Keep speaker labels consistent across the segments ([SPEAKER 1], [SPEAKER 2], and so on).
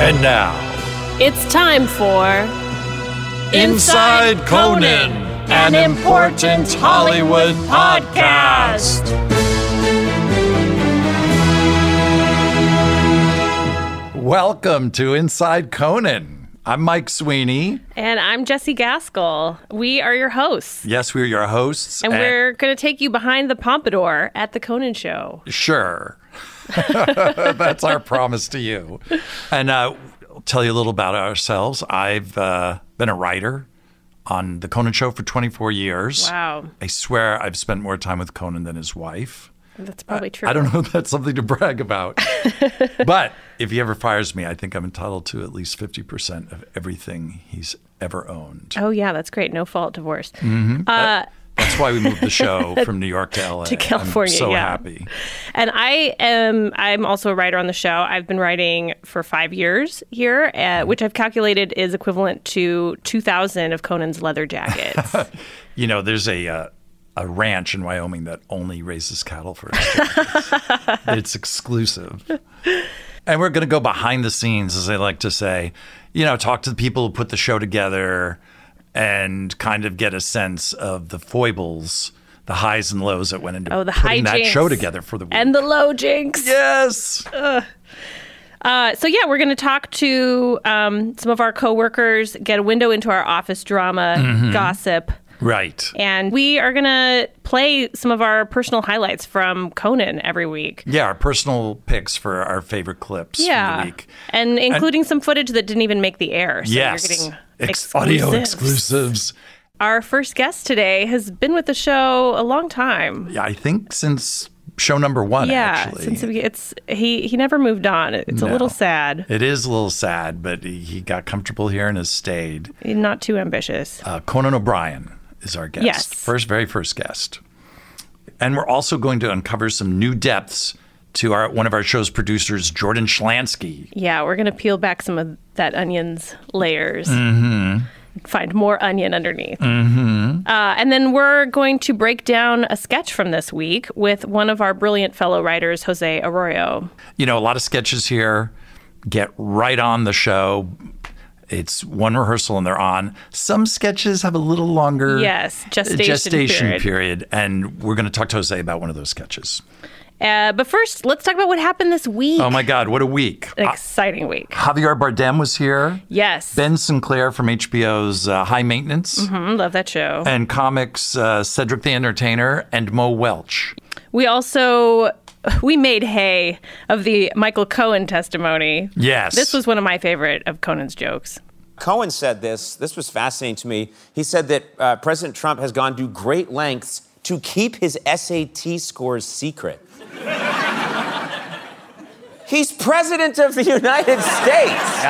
[SPEAKER 1] And now,
[SPEAKER 2] It's time for
[SPEAKER 1] Inside Conan, an important Hollywood podcast. Welcome to Inside Conan. I'm Mike Sweeney.
[SPEAKER 2] And I'm Jesse Gaskell. We are your hosts.
[SPEAKER 1] Yes, we're your hosts.
[SPEAKER 2] And we're going to take you behind the pompadour at the Conan show.
[SPEAKER 1] Sure. That's our promise to you. And uh, I'll tell you a little about ourselves. I've uh, been a writer on The Conan Show for 24 years.
[SPEAKER 2] Wow.
[SPEAKER 1] I swear I've spent more time with Conan than his wife.
[SPEAKER 2] That's probably true.
[SPEAKER 1] I don't know if that's something to brag about. but if he ever fires me, I think I'm entitled to at least 50% of everything he's ever owned.
[SPEAKER 2] Oh, yeah, that's great. No fault divorce.
[SPEAKER 1] Mm. That's why we moved the show from New York to LA.
[SPEAKER 2] To California,
[SPEAKER 1] I'm so
[SPEAKER 2] yeah.
[SPEAKER 1] happy.
[SPEAKER 2] And I am I'm also a writer on the show. I've been writing for 5 years here,
[SPEAKER 1] Mm.
[SPEAKER 2] uh, which I've calculated is equivalent to 2000 of Conan's leather jackets.
[SPEAKER 1] You know, there's a uh, a ranch in Wyoming that only raises cattle for its jackets. It's exclusive. And we're going to go behind the scenes, as they like to say, you know, talk to the people who put the show together and kind of get a sense of the foibles, the highs and lows that went into
[SPEAKER 2] Oh, the
[SPEAKER 1] putting that
[SPEAKER 2] hijinks.
[SPEAKER 1] show together for the week.
[SPEAKER 2] and the low jinks.
[SPEAKER 1] yes.
[SPEAKER 2] Uh, so yeah, we're going to talk to um, some of our coworkers, get a window into our office drama,
[SPEAKER 1] Mm-hmm.
[SPEAKER 2] gossip,
[SPEAKER 1] Right.
[SPEAKER 2] and we are going to play some of our personal highlights from Conan every week.
[SPEAKER 1] Yeah, our personal picks for our favorite clips from the
[SPEAKER 2] Yeah,
[SPEAKER 1] week.
[SPEAKER 2] and including some footage that didn't even make the air. So
[SPEAKER 1] yes.
[SPEAKER 2] you're getting
[SPEAKER 1] Ex- audio
[SPEAKER 2] exclusives.
[SPEAKER 1] exclusives.
[SPEAKER 2] Our first guest today has been with the show a long time.
[SPEAKER 1] Yeah, I think since show number one,
[SPEAKER 2] Yeah,
[SPEAKER 1] actually.
[SPEAKER 2] since we- it's he he never moved on. It's a little sad,
[SPEAKER 1] it is a little sad, but he he got comfortable here and has stayed.
[SPEAKER 2] not too ambitious.
[SPEAKER 1] Uh, Conan O'Brien is our guest.
[SPEAKER 2] Yes.
[SPEAKER 1] First, very first guest. And we're also going to uncover some new depths to our one of our show's producers, Jordan Schlansky.
[SPEAKER 2] Yeah, we're going to peel back some of that onion's layers.
[SPEAKER 1] Mm-hmm.
[SPEAKER 2] Find more onion underneath. Uh, and then we're going to break down a sketch from this week with one of our brilliant fellow writers, Jose Arroyo.
[SPEAKER 1] You know, a lot of sketches here get right on the show. It's one rehearsal and they're on. Some sketches have a little longer uh,
[SPEAKER 2] Yes, gestation period.
[SPEAKER 1] period. And we're going to talk to Jose about one of those sketches.
[SPEAKER 2] Uh, but first, let's talk about what happened this week.
[SPEAKER 1] Oh my God, what a week.
[SPEAKER 2] An exciting week.
[SPEAKER 1] Javier Bardem was here.
[SPEAKER 2] Yes.
[SPEAKER 1] Ben Sinclair from HBO's uh, High Maintenance
[SPEAKER 2] Mm, love that show.
[SPEAKER 1] and comics uh, Cedric the Entertainer and Mo Welch.
[SPEAKER 2] We also. We made hay of the Michael Cohen testimony.
[SPEAKER 1] Yes.
[SPEAKER 2] This was one of my favorite of Conan's jokes.
[SPEAKER 3] Cohen said this. This was fascinating to me. He said that uh, President Trump has gone to great lengths to keep his SAT scores secret. He's president of the United States.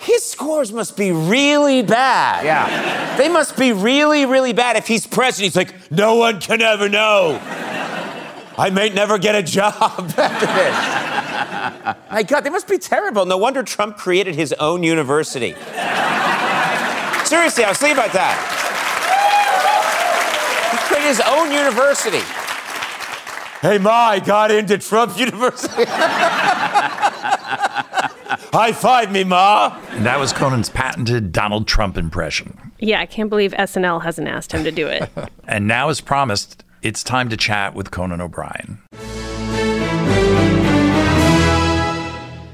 [SPEAKER 3] His scores must be really bad. Yeah. They must be really, really bad. If he's president, he's like, no one can ever know. I may never get a job after this. My God, they must be terrible. No wonder Trump created his own university. Seriously, I was thinking about that. He created his own university. Hey, Ma, I got into Trump University. High five me, Ma.
[SPEAKER 1] And that was Conan's patented Donald Trump impression.
[SPEAKER 2] Yeah, I can't believe SNL hasn't asked him to do it.
[SPEAKER 1] And now, as promised, it's time to chat with Conan O'Brien.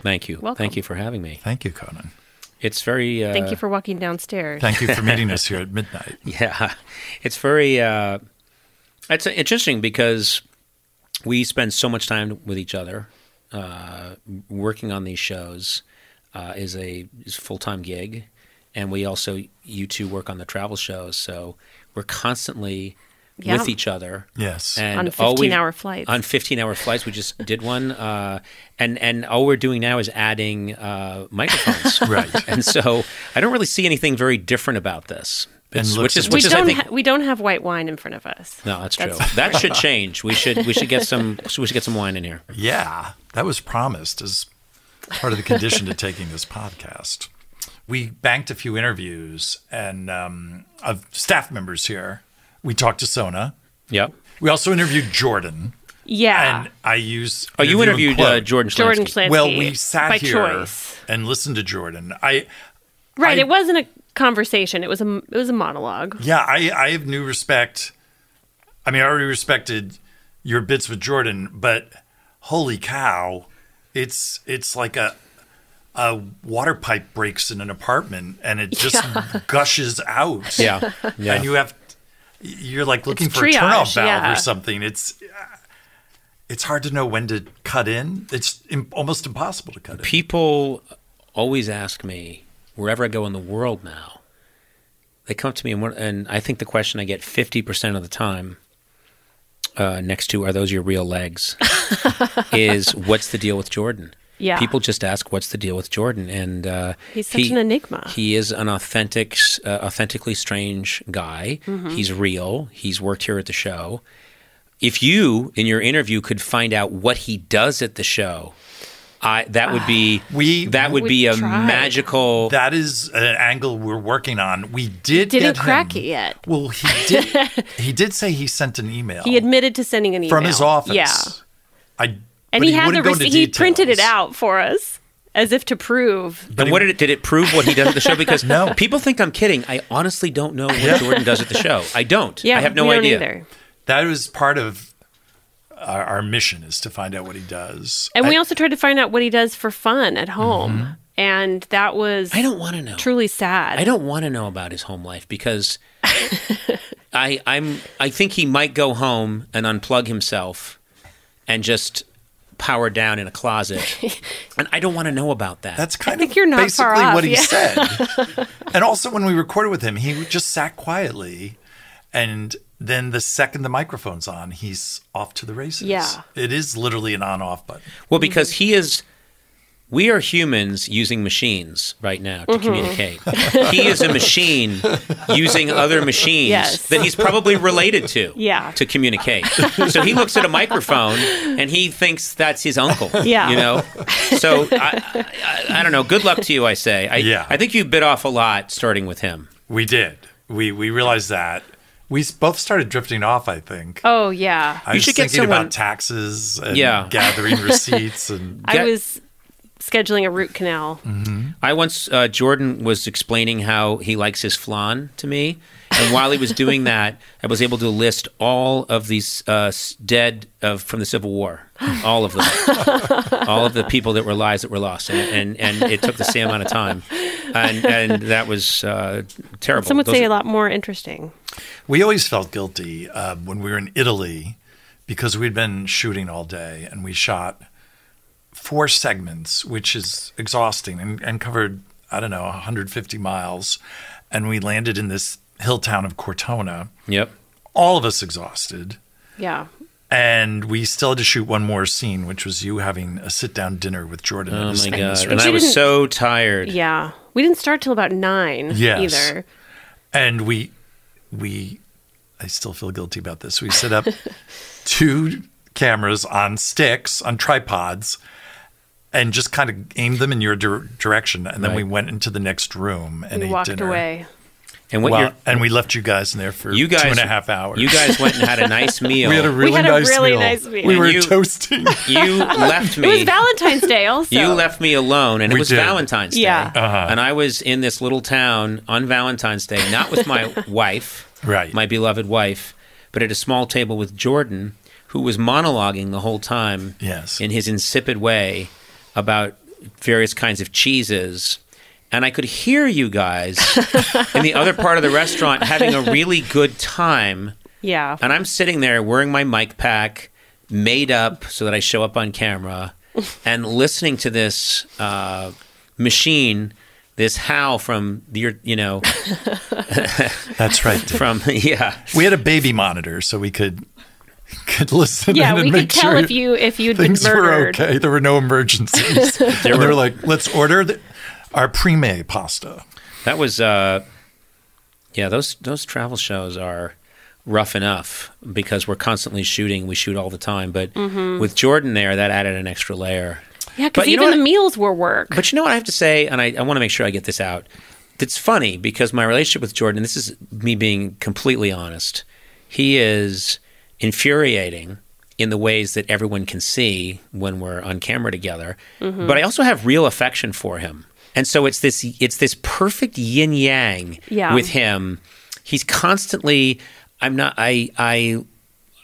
[SPEAKER 4] Thank you.
[SPEAKER 2] Welcome.
[SPEAKER 4] Thank you for having me.
[SPEAKER 1] Thank you, Conan.
[SPEAKER 4] It's very. Uh,
[SPEAKER 2] Thank you for walking downstairs.
[SPEAKER 1] Thank you for meeting us here at midnight.
[SPEAKER 4] Yeah, it's very. Uh, it's interesting because we spend so much time with each other. Uh, working on these shows uh, is a is full time gig, and we also you two work on the travel shows, so we're constantly
[SPEAKER 2] Yeah.
[SPEAKER 4] with each other.
[SPEAKER 1] Yes.
[SPEAKER 4] And
[SPEAKER 2] On
[SPEAKER 4] all we-
[SPEAKER 2] 15-hour flights.
[SPEAKER 4] On 15 hour flights. We just did one. Uh, and, and all we're doing now is adding uh, microphones.
[SPEAKER 1] Right.
[SPEAKER 4] And so I don't really see anything very different about this.
[SPEAKER 1] And
[SPEAKER 4] It's-
[SPEAKER 1] looks
[SPEAKER 4] which is,
[SPEAKER 1] and
[SPEAKER 4] which
[SPEAKER 2] we
[SPEAKER 4] is I
[SPEAKER 2] don't
[SPEAKER 4] think,
[SPEAKER 2] ha- we don't have white wine in front of us.
[SPEAKER 4] no, that's true. That should change. We should we should get some we should get some wine in here.
[SPEAKER 1] Yeah, that was promised as part of the condition to taking this podcast. We banked a few interviews and um, of staff members here. We talked to Sona.
[SPEAKER 4] Yep.
[SPEAKER 1] We also interviewed Jordan,
[SPEAKER 2] Yeah.
[SPEAKER 1] and I use.
[SPEAKER 4] Ah. Oh, you
[SPEAKER 1] interview and
[SPEAKER 4] interviewed uh,
[SPEAKER 1] quote.
[SPEAKER 4] Jordan
[SPEAKER 2] Jordan
[SPEAKER 4] Schlansky.
[SPEAKER 2] Schlansky.
[SPEAKER 1] Well, we sat
[SPEAKER 2] by
[SPEAKER 1] here
[SPEAKER 2] choice.
[SPEAKER 1] and listened to Jordan. I
[SPEAKER 2] Right.
[SPEAKER 1] I-
[SPEAKER 2] it wasn't a conversation. It was a it was a monologue.
[SPEAKER 1] yeah, I I have new respect. I mean, I already respected your bits with Jordan, but holy cow, it's it's like a a water pipe breaks in an apartment and it just gushes out.
[SPEAKER 4] Yeah. Yeah.
[SPEAKER 1] and you have you're like looking
[SPEAKER 2] It's
[SPEAKER 1] for a
[SPEAKER 2] triage,
[SPEAKER 1] turnoff valve
[SPEAKER 2] yeah.
[SPEAKER 1] or something. It's it's hard to know when to cut in. It's im- almost impossible to cut in.
[SPEAKER 4] People always ask me wherever I go in the world now. They come up to me and, one, and I think the question I get fifty percent of the time, uh, next to "Are those your real legs?" is "What's the deal with Jordan?"
[SPEAKER 2] Yeah.
[SPEAKER 4] people just ask, "What's the deal with Jordan?" And uh,
[SPEAKER 2] He's such an enigma.
[SPEAKER 4] He is an authentic, uh, authentically strange guy.
[SPEAKER 2] Mm-hmm.
[SPEAKER 4] He's real. He's worked here at the show. If you, in your interview, could find out what he does at the show, I that would be
[SPEAKER 1] We-
[SPEAKER 4] that would be
[SPEAKER 2] We
[SPEAKER 4] a
[SPEAKER 2] tried.
[SPEAKER 4] magical.
[SPEAKER 1] That is an angle we're working on. We did
[SPEAKER 2] Didn't
[SPEAKER 1] get him-
[SPEAKER 2] crack it yet.
[SPEAKER 1] Well, he did. he did say he sent an email.
[SPEAKER 2] He admitted to sending an email
[SPEAKER 1] from his office.
[SPEAKER 2] Yeah.
[SPEAKER 1] I but
[SPEAKER 2] And he, had the
[SPEAKER 1] wouldn't go into
[SPEAKER 2] receipt. He printed it
[SPEAKER 1] details.
[SPEAKER 2] out for us as if to prove.
[SPEAKER 4] and what did it did it prove what he does at the show? Because
[SPEAKER 1] No.
[SPEAKER 4] people think I'm kidding. I honestly don't know what Jordan does at the show. I don't.
[SPEAKER 2] Yeah.
[SPEAKER 4] I have no
[SPEAKER 2] we don't
[SPEAKER 4] idea.
[SPEAKER 2] Either.
[SPEAKER 1] That was part of our, our mission is to find out what he does.
[SPEAKER 2] And
[SPEAKER 1] I- Mm-hmm.
[SPEAKER 2] we also tried to find out what he does for fun at home. And that was
[SPEAKER 4] I don't want to know.
[SPEAKER 2] truly sad.
[SPEAKER 4] I don't want to know about his home life because I I'm I think he might go home and unplug himself and just power down in a closet. and I don't want to know about that.
[SPEAKER 1] that's kind
[SPEAKER 2] think
[SPEAKER 1] of
[SPEAKER 2] you're not
[SPEAKER 1] basically
[SPEAKER 2] far off,
[SPEAKER 1] what he
[SPEAKER 2] yeah.
[SPEAKER 1] said. and also, when we recorded with him, he just sat quietly, and then the second the microphone's on, he's off to the races.
[SPEAKER 2] Yeah.
[SPEAKER 1] it is literally an on-off button.
[SPEAKER 4] well
[SPEAKER 2] Mm-hmm.
[SPEAKER 4] because he is we are humans using machines right now
[SPEAKER 2] Mm-hmm.
[SPEAKER 4] to communicate. he is a machine using other machines
[SPEAKER 2] Yes.
[SPEAKER 4] that he's probably related to
[SPEAKER 2] Yeah.
[SPEAKER 4] to communicate. so he looks at a microphone and he thinks that's his uncle.
[SPEAKER 2] Yeah.
[SPEAKER 4] You know? So I, I, I don't know. Good luck to you, I say. I,
[SPEAKER 1] Yeah.
[SPEAKER 4] I think you bit off a lot starting with him.
[SPEAKER 1] We did. We we realized that. We s- both started drifting off. I think.
[SPEAKER 2] Oh yeah.
[SPEAKER 1] I
[SPEAKER 4] You
[SPEAKER 1] was
[SPEAKER 4] should get
[SPEAKER 1] thinking
[SPEAKER 4] someone-
[SPEAKER 1] about taxes and
[SPEAKER 4] Yeah.
[SPEAKER 1] gathering receipts and
[SPEAKER 2] I
[SPEAKER 4] Get-
[SPEAKER 2] was scheduling a root
[SPEAKER 1] Mm,
[SPEAKER 2] canal.
[SPEAKER 4] I once, uh, Jordan was explaining how he likes his flan to me. And while he was doing that, I was able to list all of these uh, s- dead of, from the Civil War, all of them, all of the people that were lives that were lost, and and, and it took the same amount of time, and and that was uh, terrible.
[SPEAKER 2] Some would
[SPEAKER 4] Those
[SPEAKER 2] say
[SPEAKER 4] are-
[SPEAKER 2] a lot more interesting.
[SPEAKER 1] We always felt guilty um, when we were in Italy because we'd been shooting all day and we shot four segments, which is exhausting and, and covered, I don't know, 150 miles. And we landed in this hill town of Cortona,
[SPEAKER 4] Yep. Oh
[SPEAKER 1] all of us exhausted.
[SPEAKER 2] Yeah.
[SPEAKER 1] And we still had to shoot one more scene, which was you having a sit down dinner with Jordan.
[SPEAKER 4] Oh
[SPEAKER 1] at his
[SPEAKER 4] my
[SPEAKER 1] famous
[SPEAKER 4] god! And I
[SPEAKER 2] you
[SPEAKER 4] was
[SPEAKER 2] didn't-
[SPEAKER 4] so tired.
[SPEAKER 2] Yeah. We didn't start till about nine
[SPEAKER 1] Yes.
[SPEAKER 2] either.
[SPEAKER 1] and we we I still feel guilty about this. We set up two cameras on sticks on tripods and just kind of aimed them in your dir- direction and then we went into the next room and
[SPEAKER 2] We
[SPEAKER 1] ate
[SPEAKER 2] walked
[SPEAKER 1] dinner.
[SPEAKER 2] away.
[SPEAKER 4] And what
[SPEAKER 1] Well,
[SPEAKER 4] you're,
[SPEAKER 1] and we left you guys in there for
[SPEAKER 4] you guys
[SPEAKER 1] two and a half hours.
[SPEAKER 4] You guys went and had a nice meal.
[SPEAKER 1] we had a really
[SPEAKER 2] had a
[SPEAKER 1] nice
[SPEAKER 2] really
[SPEAKER 1] meal.
[SPEAKER 2] nice meal.
[SPEAKER 1] We were
[SPEAKER 4] You-
[SPEAKER 1] toasting.
[SPEAKER 4] you left me.
[SPEAKER 2] It was Valentine's Day also.
[SPEAKER 4] You left me alone, and it
[SPEAKER 1] We
[SPEAKER 4] was
[SPEAKER 1] did.
[SPEAKER 4] Valentine's Day.
[SPEAKER 2] Yeah. Uh-huh.
[SPEAKER 4] And I was in this little town on Valentine's Day, not with my wife,
[SPEAKER 1] Right.
[SPEAKER 4] my beloved wife, but at a small table with Jordan, who was monologuing the whole time
[SPEAKER 1] Yes.
[SPEAKER 4] in his insipid way about various kinds of cheeses. And I could hear you guys in the other part of the restaurant having a really good time.
[SPEAKER 2] Yeah.
[SPEAKER 4] And I'm sitting there wearing my mic pack, made up so that I show up on camera, and listening to this uh, machine, this how from your, you know,
[SPEAKER 1] That's right. Dave.
[SPEAKER 4] from, yeah.
[SPEAKER 1] we had a baby monitor so we could could listen
[SPEAKER 2] Yeah,
[SPEAKER 1] in and
[SPEAKER 2] we
[SPEAKER 1] make
[SPEAKER 2] could tell
[SPEAKER 1] sure
[SPEAKER 2] if you if you'd been
[SPEAKER 1] things were
[SPEAKER 2] murdered.
[SPEAKER 1] okay. There were no emergencies. and they were like, let's order the, our prime pasta.
[SPEAKER 4] That was, uh, yeah. Those those travel shows are rough enough because we're constantly shooting. We shoot all the time, but with Jordan there, that added an extra layer.
[SPEAKER 2] Yeah,
[SPEAKER 4] But
[SPEAKER 2] because
[SPEAKER 4] you know
[SPEAKER 2] even
[SPEAKER 4] what?
[SPEAKER 2] the meals were work.
[SPEAKER 4] But you know what I have to say, and I, I want to make sure I get this out. It's funny because my relationship with Jordan, this is me being completely honest, he is infuriating in the ways that everyone can see when we're on camera together. But I also have real affection for him. And so it's this it's this perfect yin yang
[SPEAKER 2] Yeah.
[SPEAKER 4] with him. He's constantly I'm not I I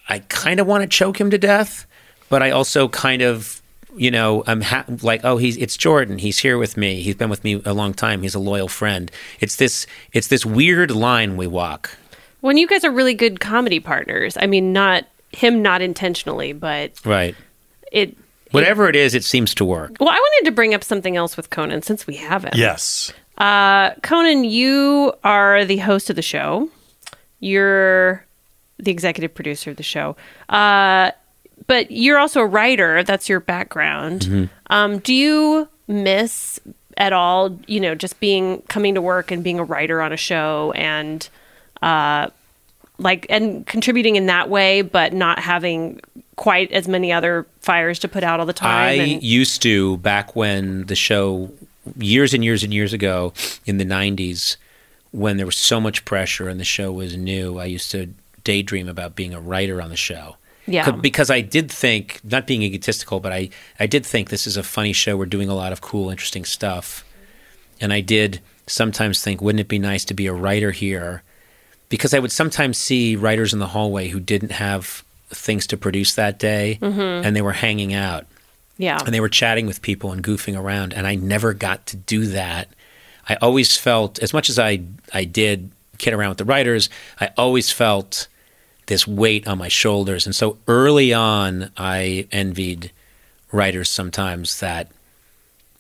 [SPEAKER 4] I kind of want to choke him to death, but I also kind of, you know, I'm ha- like, oh, he's it's Jordan. He's here with me. He's been with me a long time. He's a loyal friend. It's this it's this weird line we walk.
[SPEAKER 2] When you guys are really good comedy partners, I mean, not him, not intentionally, but
[SPEAKER 4] Right.
[SPEAKER 2] it.
[SPEAKER 4] Whatever it is, it seems to work.
[SPEAKER 2] Well, I wanted to bring up something else with Conan since we have him.
[SPEAKER 1] Yes.
[SPEAKER 2] Conan, you are the host of the show. You're the executive producer of the show. Uh, but you're also a writer. That's your background.
[SPEAKER 4] Mm-hmm.
[SPEAKER 2] Um, do you miss at all, you know, just being coming to work and being a writer on a show and uh, like and contributing in that way, but not having quite as many other fires to put out all the
[SPEAKER 4] I
[SPEAKER 2] time? and-
[SPEAKER 4] used to back when the show years and years and years ago in the 90s when there was so much pressure and the show was new, I used to daydream about being a writer on the show.
[SPEAKER 2] Yeah.
[SPEAKER 4] Co- Because I did think, not being egotistical, but I, I did think this is a funny show. We're doing a lot of cool, interesting stuff. And I did sometimes think, wouldn't it be nice to be a writer here? Because I would sometimes see writers in the hallway who didn't have things to produce that day
[SPEAKER 2] Mm-hmm.
[SPEAKER 4] and they were hanging out
[SPEAKER 2] yeah.
[SPEAKER 4] and they were chatting with people and goofing around and i never got to do that i always felt as much as i i did kid around with the writers i always felt this weight on my shoulders and so early on i envied writers sometimes that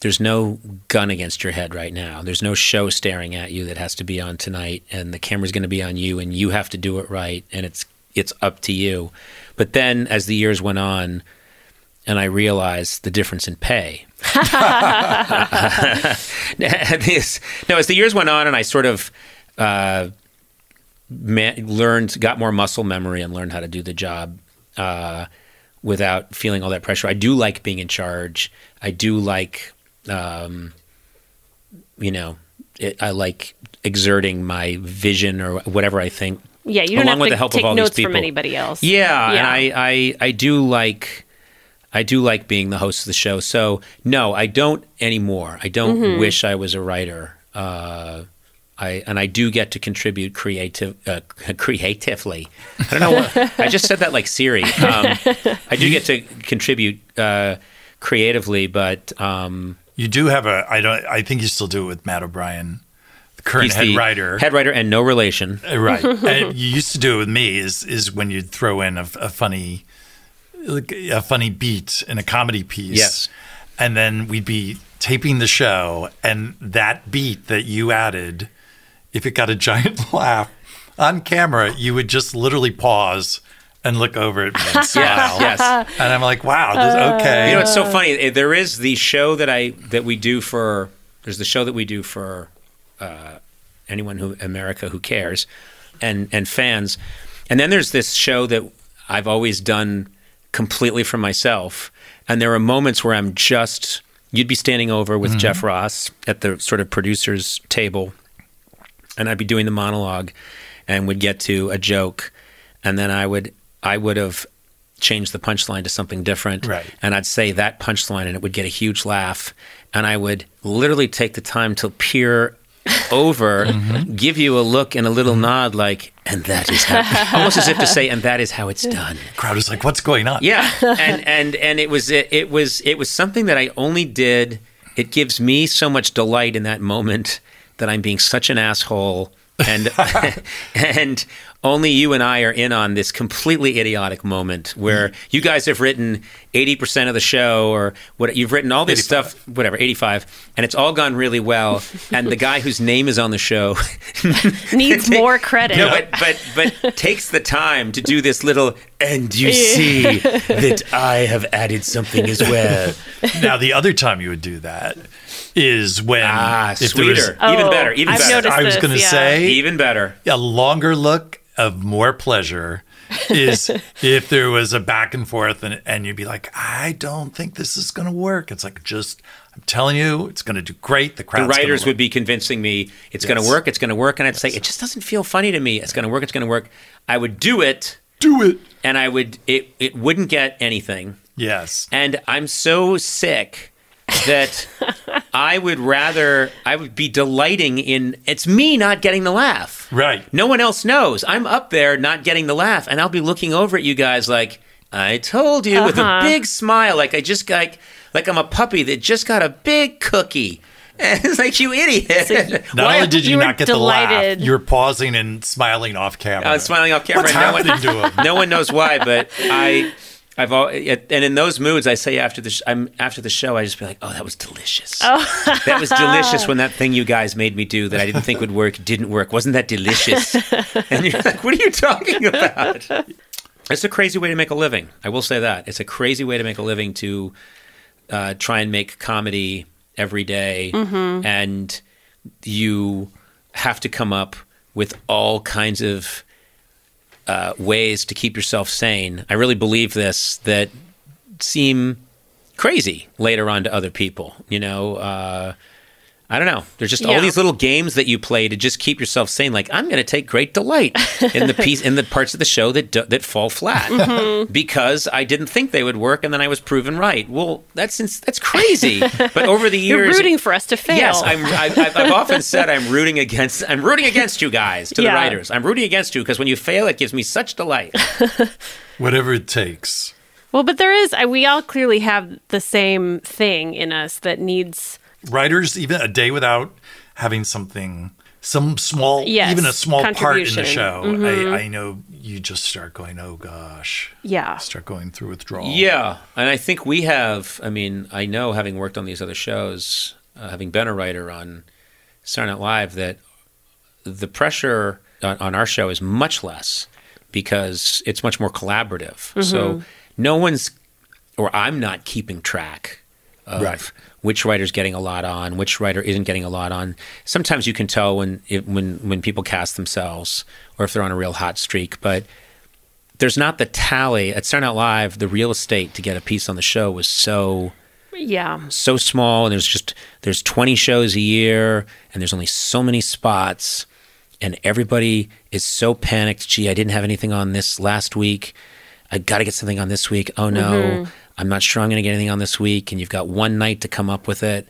[SPEAKER 4] there's no gun against your head right now. There's no show staring at you that has to be on tonight and the camera's going to be on you and you have to do it right and it's it's up to you. But then as the years went on and I realized the difference in pay. This- no, as the years went on and I sort of uh, ma learned, got more muscle memory and learned how to do the job uh, without feeling all that pressure. I do like being in charge. I do like, um, you know, it, I like exerting my vision or whatever I think.
[SPEAKER 2] yeah, you don't
[SPEAKER 4] along
[SPEAKER 2] have
[SPEAKER 4] with
[SPEAKER 2] to
[SPEAKER 4] the help of
[SPEAKER 2] take
[SPEAKER 4] all these
[SPEAKER 2] notes from
[SPEAKER 4] people.
[SPEAKER 2] anybody else.
[SPEAKER 4] Yeah, and
[SPEAKER 2] Yeah.
[SPEAKER 4] I, I I do like I do like being the host of the show. So no, I don't anymore. I don't wish I was a writer. Uh, I and I do get to contribute creative uh, creatively. I don't know. What, I just said that like Siri. Um, I do get to contribute uh, creatively, but um,
[SPEAKER 1] You do have a I don't I think you still do it with Matt O'Brien, the current
[SPEAKER 4] he's
[SPEAKER 1] head
[SPEAKER 4] the
[SPEAKER 1] writer.
[SPEAKER 4] head writer, and no relation.
[SPEAKER 1] Uh, right. and you used to do it with me is is when you'd throw in a, a funny like a funny beat in a comedy piece.
[SPEAKER 4] Yes.
[SPEAKER 1] And then we'd be taping the show and that beat that you added, if it got a giant laugh on camera, you would just literally pause and look over at me and smile.
[SPEAKER 4] yes. Uh,
[SPEAKER 1] And I'm like, wow, this, okay.
[SPEAKER 4] You know, it's so funny. Eh, There is the show that I that we do for. There's the show that we do for uh, anyone who America who cares, and and fans, and then there's this show that I've always done completely for myself. And there are moments where I'm just. You'd be standing over with Jeff Ross at the sort of producers table, and I'd be doing the monologue and would get to a joke and then I would I would have changed the punchline to something different
[SPEAKER 1] Right.
[SPEAKER 4] and I'd say that punchline and it would get a huge laugh and I would literally take the time to peer over give you a look and a little nod like and that is how almost as if to say and that is how it's done
[SPEAKER 1] crowd is like, what's going on?
[SPEAKER 4] yeah, and and and it was it, it was it was something that I only did it gives me so much delight in that moment that I'm being such an asshole. and and only you and I are in on this completely idiotic moment where you guys have written eighty percent of the show or what you've written all this stuff, whatever eighty five, and it's all gone really well. and the guy whose name is on the show
[SPEAKER 2] Needs more credit.
[SPEAKER 4] No, but but but takes the time to do this little. And you see that I have added something as well.
[SPEAKER 1] Now, the other time you would do that is when
[SPEAKER 4] Ah,
[SPEAKER 1] if there was-
[SPEAKER 4] sweeter, even
[SPEAKER 2] Oh,
[SPEAKER 4] better, even
[SPEAKER 2] I've
[SPEAKER 4] better,
[SPEAKER 2] noticed
[SPEAKER 1] I was
[SPEAKER 2] this,
[SPEAKER 1] going to
[SPEAKER 2] yeah.
[SPEAKER 1] say
[SPEAKER 4] even better.
[SPEAKER 1] a longer look of more pleasure is if there was a back and forth and, and you'd be like, I don't think this is going to work. It's like, just, I'm telling you, it's going to do great. The crowd's
[SPEAKER 4] the
[SPEAKER 1] gonna
[SPEAKER 4] writers
[SPEAKER 1] love
[SPEAKER 4] would be convincing me it's going
[SPEAKER 1] Yes.
[SPEAKER 4] to work, it's going to work, and I'd say it just doesn't feel funny to me. It's going to work, it's going to work. I would do it,
[SPEAKER 1] it. do it.
[SPEAKER 4] and I would it it wouldn't get anything.
[SPEAKER 1] Yes.
[SPEAKER 4] And I'm so sick that I would rather I would be delighting in it's me not getting the laugh.
[SPEAKER 1] Right.
[SPEAKER 4] No one else knows. I'm up there not getting the laugh, and I'll be looking over at you guys like I told you with
[SPEAKER 1] Uh-huh.
[SPEAKER 4] a big smile, like I just like like I'm a puppy that just got a big cookie. And it's like you idiot.
[SPEAKER 1] Not
[SPEAKER 4] Why-
[SPEAKER 1] only did you,
[SPEAKER 2] you were
[SPEAKER 1] not get the
[SPEAKER 2] delighted.
[SPEAKER 1] laugh, you were pausing and smiling off camera.
[SPEAKER 4] I was smiling off camera.
[SPEAKER 1] What's
[SPEAKER 4] no one-
[SPEAKER 1] happening to him?
[SPEAKER 4] no one knows why, but I, I've all, and in those moods, I say after the, sh- I'm after the show, I just be like, oh, that was delicious. that was delicious when that thing you guys made me do that I didn't think would work didn't work. Wasn't that delicious? and you're like, what are you talking about? It's a crazy way to make a living. I will say that it's a crazy way to make a living to uh, try and make comedy every day. and you have to come up with all kinds of uh, ways to keep yourself sane. I really believe this that seem crazy later on to other people. You know, uh, I don't know. There's just all
[SPEAKER 2] Yeah.
[SPEAKER 4] these little games that you play to just keep yourself sane. Like I'm going to take great delight in the piece in the parts of the show that do, that fall flat
[SPEAKER 2] Mm-hmm.
[SPEAKER 4] because I didn't think they would work, and then I was proven right. Well, that's ins- that's crazy. But over the
[SPEAKER 2] You're
[SPEAKER 4] years,
[SPEAKER 2] rooting for us to fail.
[SPEAKER 4] Yes, I'm, I, I've, I've often said I'm rooting against. I'm rooting against you guys to
[SPEAKER 2] Yeah.
[SPEAKER 4] the writers. I'm rooting against you because when you fail, it gives me such delight.
[SPEAKER 1] Whatever it takes.
[SPEAKER 2] well, but there is. I- We all clearly have the same thing in us that needs.
[SPEAKER 1] writers even a day without having something some small
[SPEAKER 2] Yes,
[SPEAKER 1] even a small part in the
[SPEAKER 2] contribution. Mm-hmm.
[SPEAKER 1] show I, I know you just start going oh gosh
[SPEAKER 2] Yeah.
[SPEAKER 1] start going through withdrawal
[SPEAKER 4] Yeah, and I think we have. I mean, I know having worked on these other shows, uh, having been a writer on Saturday Night Live, that the pressure on, on our show is much less because it's much more collaborative. So no one's, or I'm not keeping track of
[SPEAKER 1] Right.
[SPEAKER 4] which writer's getting a lot on, which writer isn't getting a lot on. Sometimes you can tell when it, when when people cast themselves or if they're on a real hot streak, but there's not the tally at Saturday Night Live. The real estate to get a piece on the show was so
[SPEAKER 2] Yeah.
[SPEAKER 4] so small, and there's just there's 20 shows a year, and there's only so many spots, and everybody is so panicked. Gee, I didn't have anything on this last week. I got to get something on this week. Oh no, I'm not sure I'm going to get anything on this week, and you've got one night to come up with it.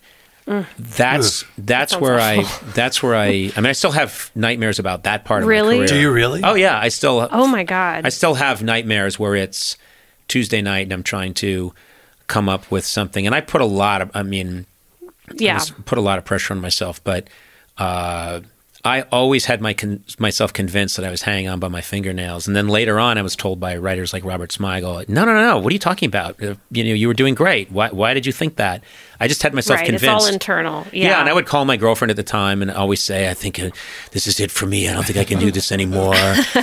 [SPEAKER 4] That's that's where I that's where I I mean I still have nightmares about that part of
[SPEAKER 2] Really?
[SPEAKER 4] my career.
[SPEAKER 2] Do
[SPEAKER 1] do you really
[SPEAKER 4] Oh yeah, I still
[SPEAKER 2] Oh my God.
[SPEAKER 4] I still have nightmares where it's Tuesday night and I'm trying to come up with something. And I put a lot of, I mean, I
[SPEAKER 2] yeah.
[SPEAKER 4] was- put a lot of pressure on myself, but uh, I always had my con- myself convinced that I was hanging on by my fingernails. And then later on, I was told by writers like Robert Smigel, "No, no, no, no. What are you talking about? Uh, You know, you were doing great. Why, why did you think that?" I just had myself
[SPEAKER 2] Right. It's
[SPEAKER 4] convinced.
[SPEAKER 2] all internal. Yeah.
[SPEAKER 4] Yeah. and I would call my girlfriend at the time and always say, "I think uh, this is it for me. I don't think I can do this anymore.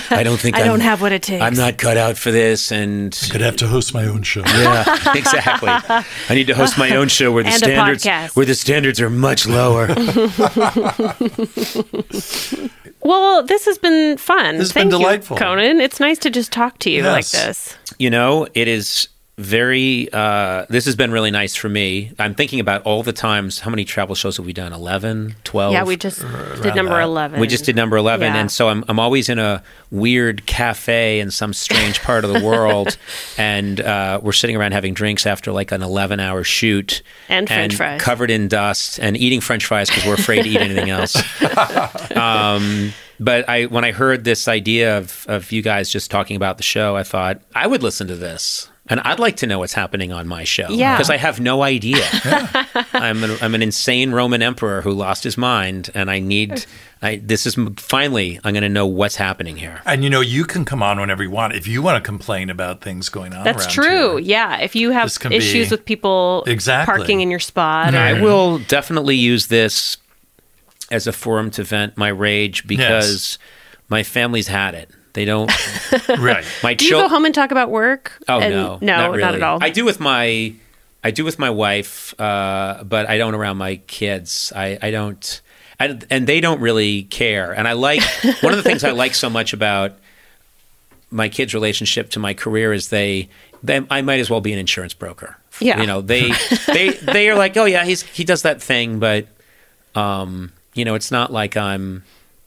[SPEAKER 4] I don't think
[SPEAKER 2] I
[SPEAKER 4] I'm-
[SPEAKER 2] don't have what it takes."
[SPEAKER 4] I'm not cut out for this." And
[SPEAKER 1] could have to host my own show
[SPEAKER 4] yeah, exactly. I need to host my own show where the
[SPEAKER 2] And a
[SPEAKER 4] standards
[SPEAKER 2] podcast.
[SPEAKER 4] where the standards are much lower.
[SPEAKER 2] Well, this has been fun.
[SPEAKER 1] This has
[SPEAKER 2] Thank
[SPEAKER 1] been
[SPEAKER 2] you,
[SPEAKER 1] delightful.
[SPEAKER 2] Conan. It's nice to just talk to you like
[SPEAKER 1] Yes.
[SPEAKER 2] this.
[SPEAKER 4] you know, it is very. Uh, this has been really nice for me. I'm thinking about all the times. How many travel shows have we done? 11, 12?
[SPEAKER 2] Yeah, we just did number eleven.
[SPEAKER 4] Oh, We just did number 11.
[SPEAKER 2] Yeah.
[SPEAKER 4] And so I'm, I'm always in a weird cafe in some strange part of the world. and uh, we're sitting around having drinks after like an 11 hour shoot.
[SPEAKER 2] And french fries.
[SPEAKER 4] Covered in dust and eating french fries because we're afraid to eat anything else. um, but I, when I heard this idea of, of you guys just talking about the show, I thought I would listen to this. And I'd like to know what's happening on my show
[SPEAKER 2] Yeah.
[SPEAKER 4] because I have no idea. I'm, an, I'm an insane Roman emperor who lost his mind, and I need. I, this is finally. I'm going to know what's happening here.
[SPEAKER 1] And you know, you can come on whenever you want if you want to complain about things going on.
[SPEAKER 2] That's
[SPEAKER 1] around
[SPEAKER 2] true.
[SPEAKER 1] here.
[SPEAKER 2] Yeah. If you have
[SPEAKER 1] This can
[SPEAKER 2] issues
[SPEAKER 1] be-
[SPEAKER 2] with people
[SPEAKER 1] Exactly.
[SPEAKER 2] parking in your spot,
[SPEAKER 4] I
[SPEAKER 2] or,
[SPEAKER 4] will definitely use this as a forum to vent my rage because my family's had it. They don't.
[SPEAKER 1] Right.
[SPEAKER 4] My
[SPEAKER 2] do you go
[SPEAKER 4] chil-
[SPEAKER 2] home and talk about work?
[SPEAKER 4] Oh
[SPEAKER 2] And-
[SPEAKER 4] no,
[SPEAKER 2] no,
[SPEAKER 4] not, really.
[SPEAKER 2] at all.
[SPEAKER 4] I do with my, I do with my wife, uh, but I don't around my kids. I, I don't, I, and they don't really care. And I like one of the things I like so much about my kids' relationship to my career is they, they I might as well be an insurance broker.
[SPEAKER 2] Yeah.
[SPEAKER 4] you know they they they are like, oh yeah, he's he does that thing, but um, you know, it's not like I'm.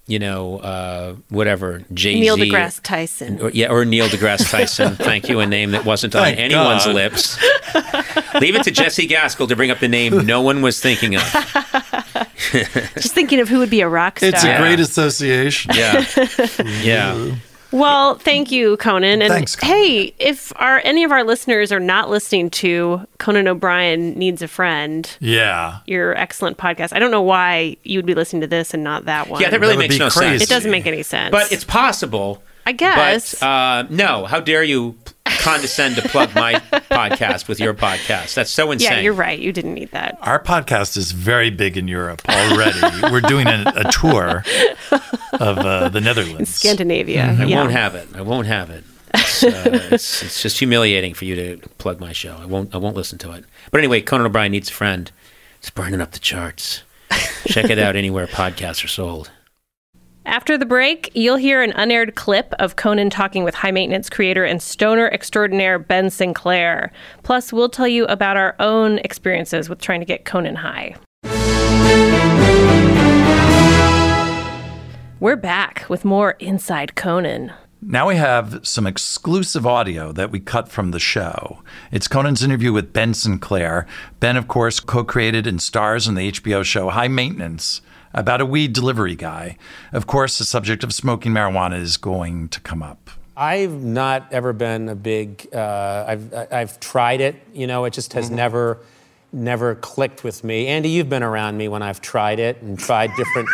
[SPEAKER 4] You know, uh, whatever Jay Z,
[SPEAKER 2] Neil deGrasse Tyson.
[SPEAKER 4] or, yeah, or Neil deGrasse Tyson. Thank you, a name that wasn't on
[SPEAKER 1] Thank
[SPEAKER 4] anyone's
[SPEAKER 1] God.
[SPEAKER 4] lips. Leave it to Jesse Gaskell to bring up the name no one was thinking of.
[SPEAKER 2] Just thinking of who would be a rock star.
[SPEAKER 1] It's a great association.
[SPEAKER 4] Yeah, yeah.
[SPEAKER 2] Well, thank you, Conan. And
[SPEAKER 1] Thanks, Conan.
[SPEAKER 2] hey, if our, any of our listeners are not listening to Conan O'Brien Needs a Friend,
[SPEAKER 1] Yeah.
[SPEAKER 2] your excellent podcast, I don't know why you would be listening to this and not that one.
[SPEAKER 4] Yeah, that really
[SPEAKER 1] would
[SPEAKER 4] makes
[SPEAKER 1] be
[SPEAKER 4] no
[SPEAKER 1] crazy.
[SPEAKER 2] it
[SPEAKER 4] sense.
[SPEAKER 2] doesn't make any sense.
[SPEAKER 4] But it's possible.
[SPEAKER 2] I guess.
[SPEAKER 4] But uh, no, how dare you condescend to plug my podcast with your podcast? That's so
[SPEAKER 2] yeah,
[SPEAKER 4] insane.
[SPEAKER 2] you're right. You didn't need that.
[SPEAKER 1] Our podcast is very big in Europe already. We're doing a, a tour of uh, the Netherlands.
[SPEAKER 2] Scandinavia.
[SPEAKER 4] I
[SPEAKER 2] yeah.
[SPEAKER 4] won't have it. I won't have it. It's, uh, it's, it's just humiliating for you to plug my show. I won't. I won't listen to it. But anyway, Conan O'Brien needs a friend. It's burning up the charts. Check it out anywhere podcasts are sold.
[SPEAKER 2] After the break, you'll hear an unaired clip of Conan talking with high maintenance creator and stoner extraordinaire Ben Sinclair. Plus, we'll tell you about our own experiences with trying to get Conan high. We're back with more Inside Conan.
[SPEAKER 1] Now we have some exclusive audio that we cut from the show. It's Conan's interview with Ben Sinclair. Ben, of course, co created and stars in the HBO show High Maintenance about a weed delivery guy. Of course, the subject of smoking marijuana is going to come up.
[SPEAKER 3] I've not ever been a big. Uh, I've I- I've tried it. You know, it just has
[SPEAKER 5] Mm-hmm.
[SPEAKER 3] never, never clicked with me. Andy, you've been around me when I've tried it and tried different.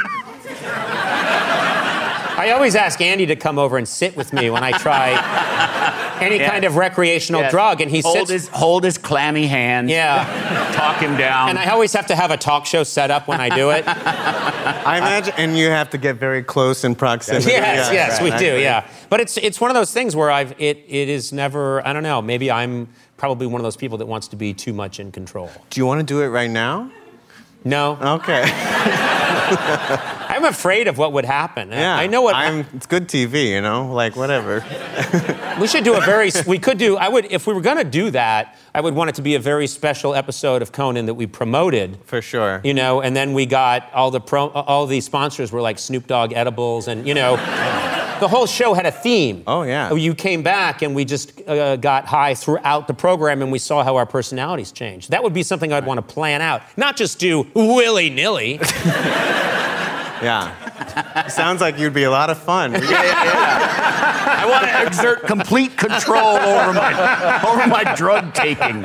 [SPEAKER 3] I always ask Andy to come over and sit with me when I try any kind of recreational
[SPEAKER 5] Yes.
[SPEAKER 3] drug, and he
[SPEAKER 5] hold
[SPEAKER 3] sits.
[SPEAKER 5] his hold his clammy hand.
[SPEAKER 3] yeah,
[SPEAKER 5] talk him down.
[SPEAKER 3] and I always have to have a talk show set up when I do it.
[SPEAKER 6] I imagine, and you have to get very close in proximity.
[SPEAKER 3] Yes,
[SPEAKER 6] Yeah,
[SPEAKER 3] yes,
[SPEAKER 6] right,
[SPEAKER 3] we
[SPEAKER 6] I
[SPEAKER 3] do.
[SPEAKER 6] agree.
[SPEAKER 3] Yeah, but it's it's one of those things where I've it it is never. I don't know. Maybe I'm probably one of those people that wants to be too much in control.
[SPEAKER 6] Do you want to do it right now?
[SPEAKER 3] No,
[SPEAKER 6] Okay.
[SPEAKER 3] I'm afraid of what would happen.
[SPEAKER 6] Yeah.
[SPEAKER 3] I know what.
[SPEAKER 6] I'm. It's good TV, you know. Like whatever.
[SPEAKER 3] we should do a very. we could do. I would if we were gonna do that. I would want it to be a very special episode of Conan that we promoted.
[SPEAKER 6] For sure.
[SPEAKER 3] You know, and then we got all the pro, all the sponsors were like Snoop Dogg edibles, and you know, the whole show had a theme.
[SPEAKER 6] Oh, yeah.
[SPEAKER 3] You came back, and we just uh, got high throughout the program, and we saw how our personalities changed. That would be something I'd want to plan out, not just do willy nilly.
[SPEAKER 6] Yeah. Sounds like you'd be a lot of fun.
[SPEAKER 5] I want to exert complete control over my over my drug taking.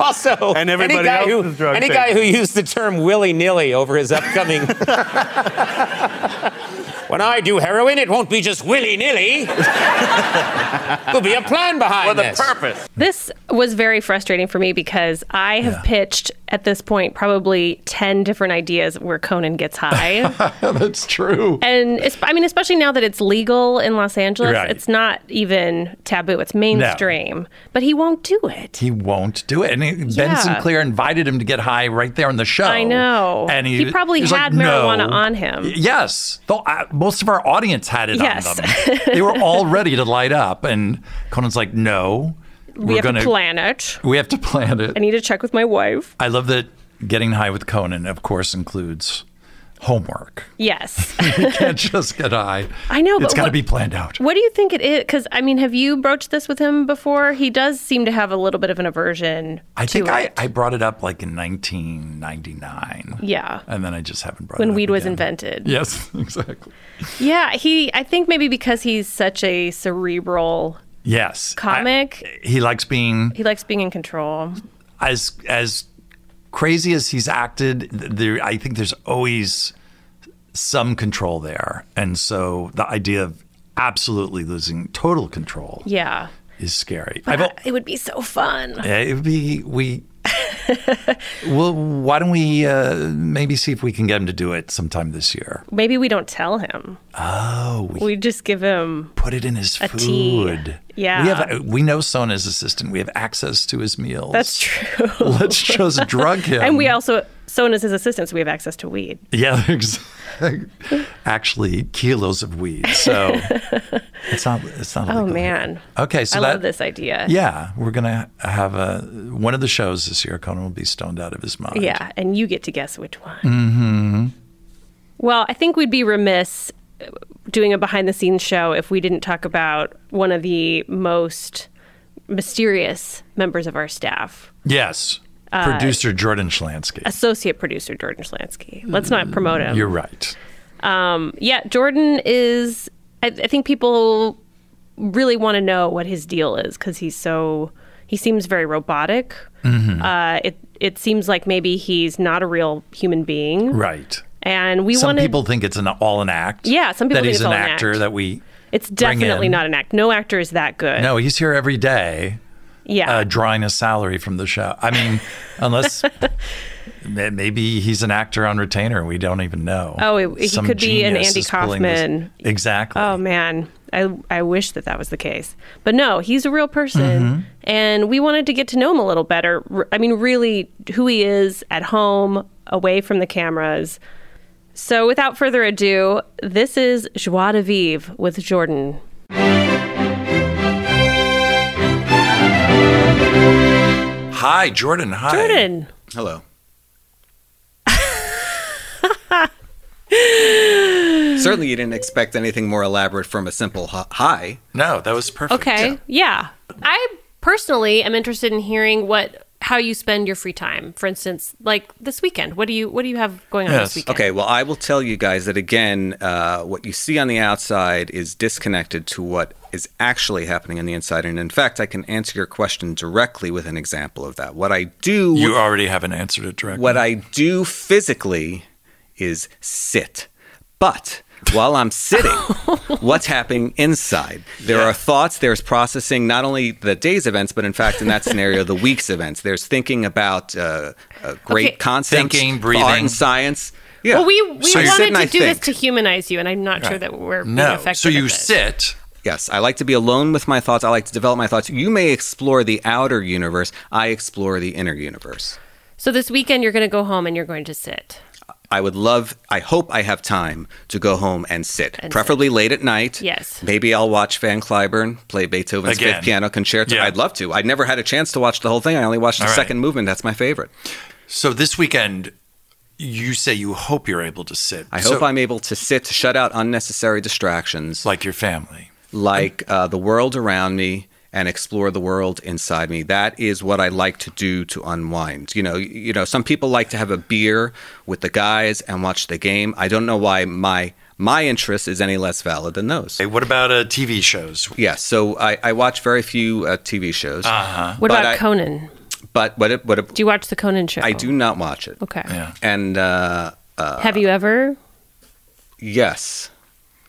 [SPEAKER 3] Also,
[SPEAKER 6] And everybody
[SPEAKER 3] any guy
[SPEAKER 6] else
[SPEAKER 3] who
[SPEAKER 6] is drug
[SPEAKER 3] any
[SPEAKER 6] taking.
[SPEAKER 3] guy who used the term willy nilly over his upcoming. when I do heroin, it won't be just willy nilly. There'll be a plan behind
[SPEAKER 5] With a
[SPEAKER 3] this.
[SPEAKER 5] purpose.
[SPEAKER 2] This was very frustrating for me because I have pitched at this point probably 10 different ideas where Conan gets high.
[SPEAKER 1] That's true.
[SPEAKER 2] and it's, I mean, especially now that it's legal in Los Angeles,
[SPEAKER 1] Right.
[SPEAKER 2] it's not even taboo. It's mainstream, but he won't do it.
[SPEAKER 1] He won't do it. And he,
[SPEAKER 2] Yeah.
[SPEAKER 1] Ben Sinclair invited him to get high right there on the show.
[SPEAKER 2] I know.
[SPEAKER 1] And he,
[SPEAKER 2] He probably
[SPEAKER 1] was
[SPEAKER 2] had
[SPEAKER 1] like, "No."
[SPEAKER 2] marijuana on him.
[SPEAKER 1] Yes. Though, uh, most of our audience had it
[SPEAKER 2] Yes.
[SPEAKER 1] on them. they were all ready to light up. And Conan's like, no.
[SPEAKER 2] we have to plan it.
[SPEAKER 1] We have to plan it.
[SPEAKER 2] I need to check with my wife.
[SPEAKER 1] I love that getting high with Conan, of course, includes homework.
[SPEAKER 2] Yes.
[SPEAKER 1] You can't just get high.
[SPEAKER 2] I know,
[SPEAKER 1] It's got
[SPEAKER 2] but
[SPEAKER 1] to
[SPEAKER 2] what-
[SPEAKER 1] be planned out.
[SPEAKER 2] what do you think it is? Because, I mean, have you broached this with him before? He does seem to have a little bit of an aversion
[SPEAKER 1] I
[SPEAKER 2] to
[SPEAKER 1] think
[SPEAKER 2] it.
[SPEAKER 1] I, I brought it up like in 1999.
[SPEAKER 2] yeah.
[SPEAKER 1] And then I just haven't brought it
[SPEAKER 2] When
[SPEAKER 1] up
[SPEAKER 2] weed was
[SPEAKER 1] again.
[SPEAKER 2] invented.
[SPEAKER 1] Yes, exactly.
[SPEAKER 2] Yeah, he. I think maybe because he's such a cerebral
[SPEAKER 1] Yes.
[SPEAKER 2] comic.
[SPEAKER 1] He likes being
[SPEAKER 2] he likes being in control.
[SPEAKER 1] as as crazy as he's acted, th- there I think there's always some control there, and so the idea of absolutely losing total control
[SPEAKER 2] Yeah.
[SPEAKER 1] is scary.
[SPEAKER 2] But
[SPEAKER 1] I've, al-
[SPEAKER 2] it would be so fun.
[SPEAKER 1] yeah, it would be we. well, why don't we uh, maybe see if we can get him to do it sometime this year?
[SPEAKER 2] Maybe we don't tell him.
[SPEAKER 1] Oh, we
[SPEAKER 2] We just give him
[SPEAKER 1] put it in his
[SPEAKER 2] a
[SPEAKER 1] food.
[SPEAKER 2] tea. Yeah.
[SPEAKER 1] we have we know Sona's assistant. We have access to his meals.
[SPEAKER 2] That's true.
[SPEAKER 1] Let's just drug him.
[SPEAKER 2] And we also Sona's his assistant, so we have access to weed.
[SPEAKER 1] Yeah, there's actually kilos of weed. So it's not. It's not.
[SPEAKER 2] Oh
[SPEAKER 1] illegal.
[SPEAKER 2] man.
[SPEAKER 1] Okay, so
[SPEAKER 2] I
[SPEAKER 1] that,
[SPEAKER 2] love this idea.
[SPEAKER 1] Yeah, we're gonna have a one of the shows this year. Conan will be stoned out of his mind.
[SPEAKER 2] Yeah, and you get to guess which one.
[SPEAKER 1] hmm
[SPEAKER 2] Well, I think we'd be remiss uh, doing a behind the scenes show if we didn't talk about one of the most mysterious members of our staff,
[SPEAKER 1] Yes.
[SPEAKER 2] Uh,
[SPEAKER 1] Producer Jordan Schlansky.
[SPEAKER 2] associate producer Jordan Schlansky. Let's not
[SPEAKER 1] Mm-hmm.
[SPEAKER 2] promote him.
[SPEAKER 1] You're right.
[SPEAKER 2] Um, yeah, Jordan is. I, I think people really want to know what his deal is because he's so. He seems very robotic.
[SPEAKER 1] Mhm.
[SPEAKER 2] Uh, it it seems like maybe he's not a real human being.
[SPEAKER 1] Right.
[SPEAKER 2] And we
[SPEAKER 1] some
[SPEAKER 2] wanted.
[SPEAKER 1] people think it's an all an act.
[SPEAKER 2] Yeah, some people
[SPEAKER 1] that
[SPEAKER 2] think
[SPEAKER 1] he's
[SPEAKER 2] it's all
[SPEAKER 1] an
[SPEAKER 2] an
[SPEAKER 1] actor
[SPEAKER 2] act.
[SPEAKER 1] that we.
[SPEAKER 2] it's
[SPEAKER 1] bring
[SPEAKER 2] definitely
[SPEAKER 1] in-
[SPEAKER 2] not an act. No actor is that good.
[SPEAKER 1] No, he's here every day.
[SPEAKER 2] Yeah.
[SPEAKER 1] uh, drawing a salary from the show. I mean, unless may- maybe he's an actor on retainer. We don't even know.
[SPEAKER 2] Oh, it- he
[SPEAKER 1] Some
[SPEAKER 2] could be an
[SPEAKER 1] genius
[SPEAKER 2] Andy
[SPEAKER 1] is pulling this-
[SPEAKER 2] Kaufman.
[SPEAKER 1] Exactly.
[SPEAKER 2] Oh man, I I wish that that was the case. But no, he's a real person, and we wanted to get to know him a little better. R- I mean, really, who he is at home, away from the cameras. So, without further ado, this is Joie de Vivre with Jordan.
[SPEAKER 1] Hi, Jordan. Hi.
[SPEAKER 2] Jordan.
[SPEAKER 5] Hello. Certainly, you didn't expect anything more elaborate from a simple hu- hi.
[SPEAKER 1] No, that was perfect.
[SPEAKER 2] Okay, yeah. I personally am interested in hearing what how you spend your free time. For instance, like this weekend, what do you what do you have going on this weekend?
[SPEAKER 5] Okay, well, I will tell you guys that again, uh, what you see on the outside is disconnected to what is actually happening on the inside. And in fact, I can answer your question directly with an example of that. What I do.
[SPEAKER 1] You already have an answer to directly.
[SPEAKER 5] What I do physically is sit. But while I'm sitting, what's happening inside? There are thoughts, there's processing not only the day's events, but in fact, in that scenario, the week's events. There's thinking about uh, uh, great
[SPEAKER 2] Okay.
[SPEAKER 5] concepts,
[SPEAKER 1] Thinking,
[SPEAKER 5] art
[SPEAKER 1] breathing.
[SPEAKER 5] and science. Yeah.
[SPEAKER 2] Well, we, we
[SPEAKER 5] So you sit
[SPEAKER 2] wanted
[SPEAKER 5] and
[SPEAKER 2] to
[SPEAKER 5] I
[SPEAKER 2] do
[SPEAKER 5] think.
[SPEAKER 2] this to humanize you, and I'm not sure
[SPEAKER 5] Right.
[SPEAKER 2] that we're being
[SPEAKER 5] No.
[SPEAKER 2] effective.
[SPEAKER 5] So you
[SPEAKER 2] at this.
[SPEAKER 1] sit.
[SPEAKER 5] Yes, I like to be alone with my thoughts. I like to develop my thoughts. You may explore the outer universe. I explore the inner universe.
[SPEAKER 2] So this weekend you're going to go home and you're going to sit.
[SPEAKER 5] I would love, I hope I have time to go home and sit, preferably late at night.
[SPEAKER 2] Yes.
[SPEAKER 5] Maybe I'll watch Van Cliburn play Beethoven's
[SPEAKER 1] Again.
[SPEAKER 5] Fifth Piano Concerto. I'd love to. I never had a chance to watch the whole thing. I only watched the
[SPEAKER 1] All right.
[SPEAKER 5] second movement. That's my favorite.
[SPEAKER 1] So this weekend, you say you hope you're able to sit.
[SPEAKER 5] I
[SPEAKER 1] So-
[SPEAKER 5] hope I'm able to sit, to shut out unnecessary distractions.
[SPEAKER 1] Like your family.
[SPEAKER 5] Like uh, the world around me and explore the world inside me. That is what I like to do to unwind. You know, y- you know, some people like to have a beer with the guys and watch the game. I don't know why my my interest is any less valid than those.
[SPEAKER 1] Hey, what about uh, TV shows?
[SPEAKER 5] Yeah, so I, I watch very few uh, TV shows. Uh-huh.
[SPEAKER 2] What about Conan?
[SPEAKER 5] But what it, what it,
[SPEAKER 2] Do you watch the Conan show?
[SPEAKER 5] I do not watch it.
[SPEAKER 2] Okay. Yeah.
[SPEAKER 5] And uh, uh,
[SPEAKER 2] Have you ever?
[SPEAKER 5] yes,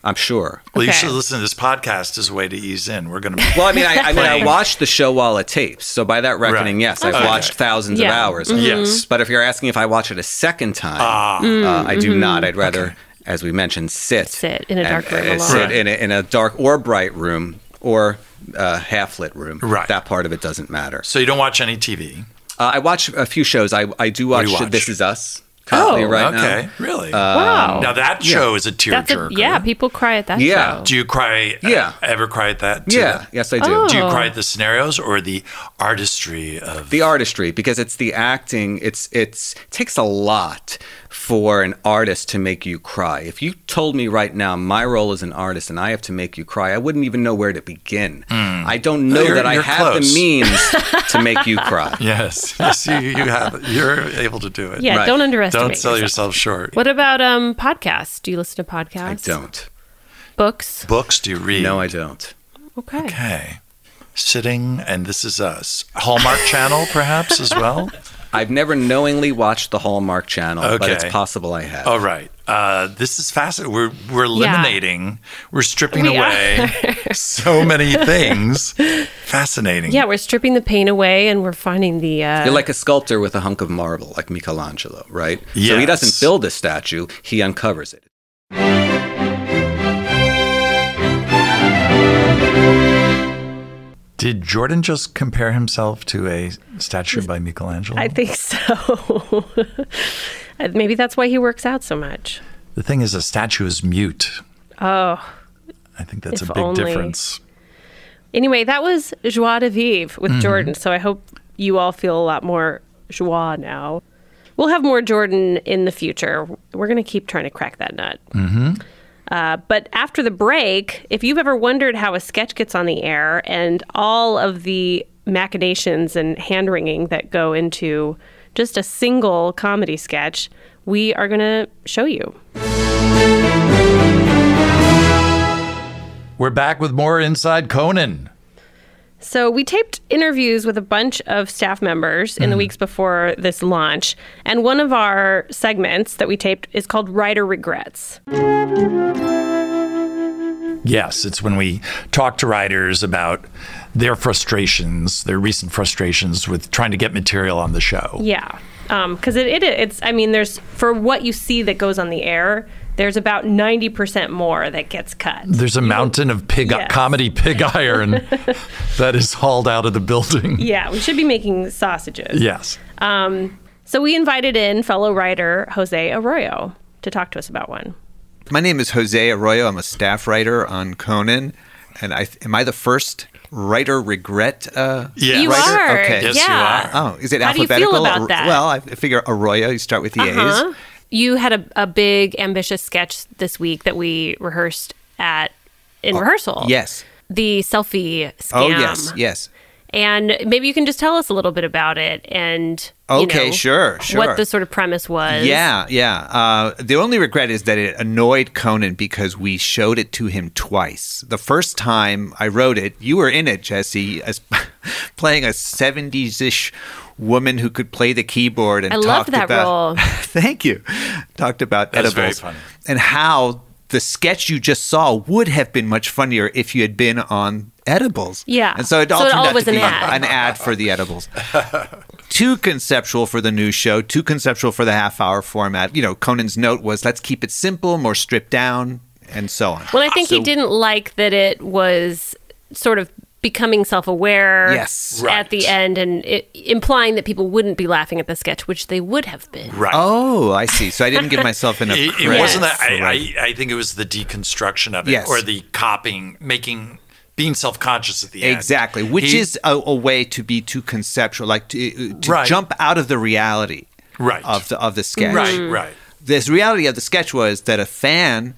[SPEAKER 5] I'm sure.
[SPEAKER 1] Well, you
[SPEAKER 2] Okay.
[SPEAKER 1] should listen to this podcast as a way to ease in. We're going to.
[SPEAKER 5] Well, I mean, I, I mean, I watched the show while it tapes. So by that reckoning, yes, I've
[SPEAKER 1] Okay.
[SPEAKER 5] watched thousands of
[SPEAKER 1] Yeah.
[SPEAKER 5] hours. of it.
[SPEAKER 1] Yes.
[SPEAKER 5] But if you're asking if I watch it a second time,
[SPEAKER 2] Mm,
[SPEAKER 5] uh, I do
[SPEAKER 2] mhm.
[SPEAKER 5] not. I'd rather, as we mentioned, sit
[SPEAKER 2] Sit in a dark room alone.
[SPEAKER 5] uh, sit
[SPEAKER 2] Right.
[SPEAKER 5] in a, in a dark or bright room or uh, half lit room.
[SPEAKER 2] Mm-hmm.
[SPEAKER 5] Right. That part of it doesn't matter.
[SPEAKER 1] So you don't watch any TV.
[SPEAKER 5] Uh, I watch a few shows. I I do
[SPEAKER 1] What
[SPEAKER 5] watch,
[SPEAKER 1] do you watch?
[SPEAKER 5] This Is Us currently
[SPEAKER 1] Oh,
[SPEAKER 5] right now.
[SPEAKER 1] okay. Really?
[SPEAKER 5] Um,
[SPEAKER 2] Wow.
[SPEAKER 1] Now that show is a
[SPEAKER 2] That's a,
[SPEAKER 1] tearjerker.
[SPEAKER 2] yeah, people cry at that show.
[SPEAKER 1] Do you cry? Yeah. ever cry at that? Too?
[SPEAKER 5] Yeah. Yes, I do.
[SPEAKER 2] Oh.
[SPEAKER 1] Do you cry at the scenarios or the artistry of?
[SPEAKER 5] The artistry, because it's the acting. It's it's it takes a lot for an artist to make you cry. If you told me right now my role as an artist and I have to make you cry, I wouldn't even know where to begin. I don't know
[SPEAKER 1] You're-
[SPEAKER 5] that I
[SPEAKER 1] you're
[SPEAKER 5] have
[SPEAKER 1] close.
[SPEAKER 5] the means to make you cry.
[SPEAKER 1] Yes. Yes, you, you have. You're able to do it.
[SPEAKER 2] Oh. Yeah, Right. don't underestimate
[SPEAKER 1] Don't sell yourself, short.
[SPEAKER 2] What about um podcasts? Do you listen to podcasts?
[SPEAKER 5] don't.
[SPEAKER 2] Books.
[SPEAKER 1] Books? Do you read?
[SPEAKER 5] No, I don't.
[SPEAKER 2] Okay.
[SPEAKER 1] Okay. sitting, and this is a s- Hallmark channel, perhaps as well.
[SPEAKER 5] I've never knowingly watched the Hallmark Channel, but it's
[SPEAKER 1] Okay.
[SPEAKER 5] possible I have.
[SPEAKER 1] All right. Uh, this is fascinating. We're we're eliminating, we're stripping
[SPEAKER 2] We
[SPEAKER 1] away so many things. Fascinating.
[SPEAKER 2] Yeah, we're stripping the paint away and we're finding the. Uh,
[SPEAKER 5] You're like a sculptor with a hunk of marble, like Michelangelo, right? So he
[SPEAKER 1] Yes.
[SPEAKER 5] doesn't build a statue, he uncovers it.
[SPEAKER 1] Did Jordan just compare himself to a statue by Michelangelo?
[SPEAKER 2] I think so. Uh, Maybe that's why he works out so much.
[SPEAKER 1] the thing is, a statue is mute.
[SPEAKER 2] Oh.
[SPEAKER 1] I think that's
[SPEAKER 2] If
[SPEAKER 1] a big
[SPEAKER 2] only.
[SPEAKER 1] difference.
[SPEAKER 2] Anyway, that was Joie de Vivre with
[SPEAKER 1] Mhm.
[SPEAKER 2] Jordan. So I hope you all feel a lot more joie now. We'll have more Jordan in the future. We're going to keep trying to crack that nut.
[SPEAKER 7] Mm-hmm.
[SPEAKER 2] Uh, but after the break, if you've ever wondered how a sketch gets on the air and all of the machinations and hand wringing that go into just a single comedy sketch, we are going to show you.
[SPEAKER 1] We're back with more Inside Conan.
[SPEAKER 2] So we taped interviews with a bunch of staff members in the weeks before this launch, and one of our segments that we taped is called Writer Regrets.
[SPEAKER 1] Yes, it's when we talk to writers about their frustrations, their recent frustrations with trying to get material on the show.
[SPEAKER 2] Yeah, because it, it it's I mean there's for what you see that goes on the air, there's about ninety percent more that gets cut.
[SPEAKER 1] There's a mountain of pig
[SPEAKER 2] Yes.
[SPEAKER 1] comedy pig iron that is hauled out of the building.
[SPEAKER 2] Yeah, we should be making sausages.
[SPEAKER 1] Yes.
[SPEAKER 2] Um, so we invited in fellow writer Jose Arroyo to talk to us about one.
[SPEAKER 8] My name is Jose Arroyo. I'm a staff writer on Conan, and I am I the first writer regret? Uh,
[SPEAKER 2] Yes. You
[SPEAKER 8] writer?
[SPEAKER 2] are,
[SPEAKER 8] Okay.
[SPEAKER 2] Yes, you yeah. are.
[SPEAKER 8] Oh, is it
[SPEAKER 2] How do you feel
[SPEAKER 8] alphabetical?
[SPEAKER 2] about that? Uh-huh.
[SPEAKER 8] Well, I figure Arroyo. You start with the A's.
[SPEAKER 2] You had a, a big, ambitious sketch this week that we rehearsed at in rehearsal.
[SPEAKER 8] Yes.
[SPEAKER 2] The selfie scam.
[SPEAKER 8] Oh yes, yes.
[SPEAKER 2] And maybe you can just tell us a little bit about it and you
[SPEAKER 8] Okay,
[SPEAKER 2] know,
[SPEAKER 8] sure, sure.
[SPEAKER 2] what the sort of premise was.
[SPEAKER 8] Yeah, yeah. Uh, the only regret is that it annoyed Conan because we showed it to him twice. The first time I wrote it, you were in it, Jesse, as playing a '70s-ish woman who could play the keyboard and
[SPEAKER 2] I love
[SPEAKER 8] talked
[SPEAKER 2] that
[SPEAKER 8] about.
[SPEAKER 2] role.
[SPEAKER 8] Thank you. Talked about
[SPEAKER 1] That's
[SPEAKER 8] edibles
[SPEAKER 1] very funny.
[SPEAKER 8] and how the sketch you just saw would have been much funnier if you had been on edibles.
[SPEAKER 2] Yeah.
[SPEAKER 8] and so it all
[SPEAKER 2] So it
[SPEAKER 8] turned
[SPEAKER 2] all
[SPEAKER 8] out
[SPEAKER 2] was
[SPEAKER 8] to
[SPEAKER 2] an
[SPEAKER 8] be
[SPEAKER 2] ad.
[SPEAKER 8] an ad for the edibles too conceptual for the news show, too conceptual for the half hour format. You know, Conan's note was let's keep it simple, more stripped down, and so on.
[SPEAKER 2] Well, I think he
[SPEAKER 8] So-
[SPEAKER 2] didn't like that it was sort of becoming self-aware
[SPEAKER 8] Yes.
[SPEAKER 2] at the end and it, implying that people wouldn't be laughing at the sketch, which they would have been.
[SPEAKER 1] Right.
[SPEAKER 8] Oh, I see. So I didn't give myself enough
[SPEAKER 1] It,
[SPEAKER 8] credit.
[SPEAKER 1] it wasn't that.
[SPEAKER 8] for writing.
[SPEAKER 1] I, I, I think it was the deconstruction of it
[SPEAKER 8] Yes.
[SPEAKER 1] or the copying, making, being self conscious at the end.
[SPEAKER 8] Exactly, which
[SPEAKER 1] He-
[SPEAKER 8] is a, a way to be too conceptual, like to, uh, to
[SPEAKER 1] Right.
[SPEAKER 8] jump out of the reality right. of the of the sketch.
[SPEAKER 1] Right, Mm. right.
[SPEAKER 8] This reality of the sketch was that a fan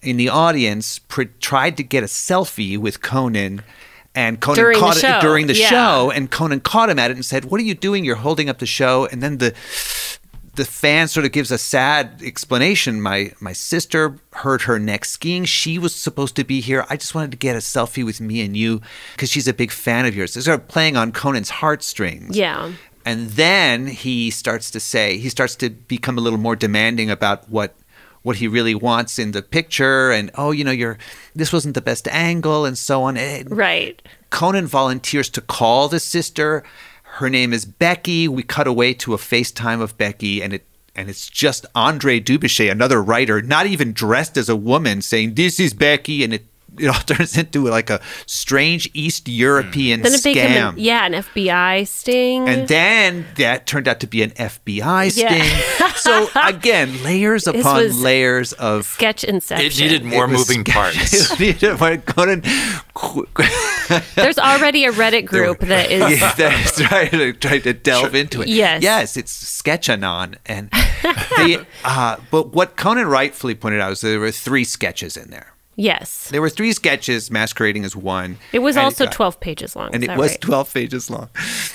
[SPEAKER 8] in the audience pr- tried to get a selfie with Conan. And Conan
[SPEAKER 2] During the
[SPEAKER 8] caught
[SPEAKER 2] show,
[SPEAKER 8] it during the
[SPEAKER 2] yeah.
[SPEAKER 8] show, and Conan caught him at it and said, "What are you doing? You're holding up the show." And then the the fan sort of gives a sad explanation. My my sister hurt her neck skiing. She was supposed to be here. I just wanted to get a selfie with me and you because she's a big fan of yours. They're sort of playing on Conan's heartstrings.
[SPEAKER 2] Yeah.
[SPEAKER 8] And then he starts to say he starts to become a little more demanding about what what he really wants in the picture and oh you know your this wasn't the best angle and so on. And
[SPEAKER 2] Right.
[SPEAKER 8] Conan volunteers to call the sister. Her name is Becky. We cut away to a FaceTime of Becky and it and it's just Andre Dubuchet, another writer, not even dressed as a woman, saying, This is Becky and it it all turns into like a strange East European
[SPEAKER 2] Then it
[SPEAKER 8] scam.
[SPEAKER 2] became an, yeah, an FBI sting.
[SPEAKER 8] And then that turned out to be an FBI sting.
[SPEAKER 2] Mm-hmm. Yeah.
[SPEAKER 8] so again, layers
[SPEAKER 2] This
[SPEAKER 8] upon
[SPEAKER 2] was
[SPEAKER 8] layers of
[SPEAKER 2] sketch inception.
[SPEAKER 8] It was sketch- it needed more- Conan-
[SPEAKER 2] There's already a Reddit group that is
[SPEAKER 8] yeah, that's right. I tried to delve into it.
[SPEAKER 2] Yes.
[SPEAKER 8] yes, it's sketchanon, and the uh, but what Conan rightfully pointed out is there were three sketches in there.
[SPEAKER 2] yes.
[SPEAKER 8] There were three sketches masquerading as one.
[SPEAKER 2] It was
[SPEAKER 8] and uh,
[SPEAKER 2] also
[SPEAKER 8] got-
[SPEAKER 2] 12 pages long.
[SPEAKER 8] and it
[SPEAKER 2] is that
[SPEAKER 8] was
[SPEAKER 2] right?
[SPEAKER 8] 12 pages long.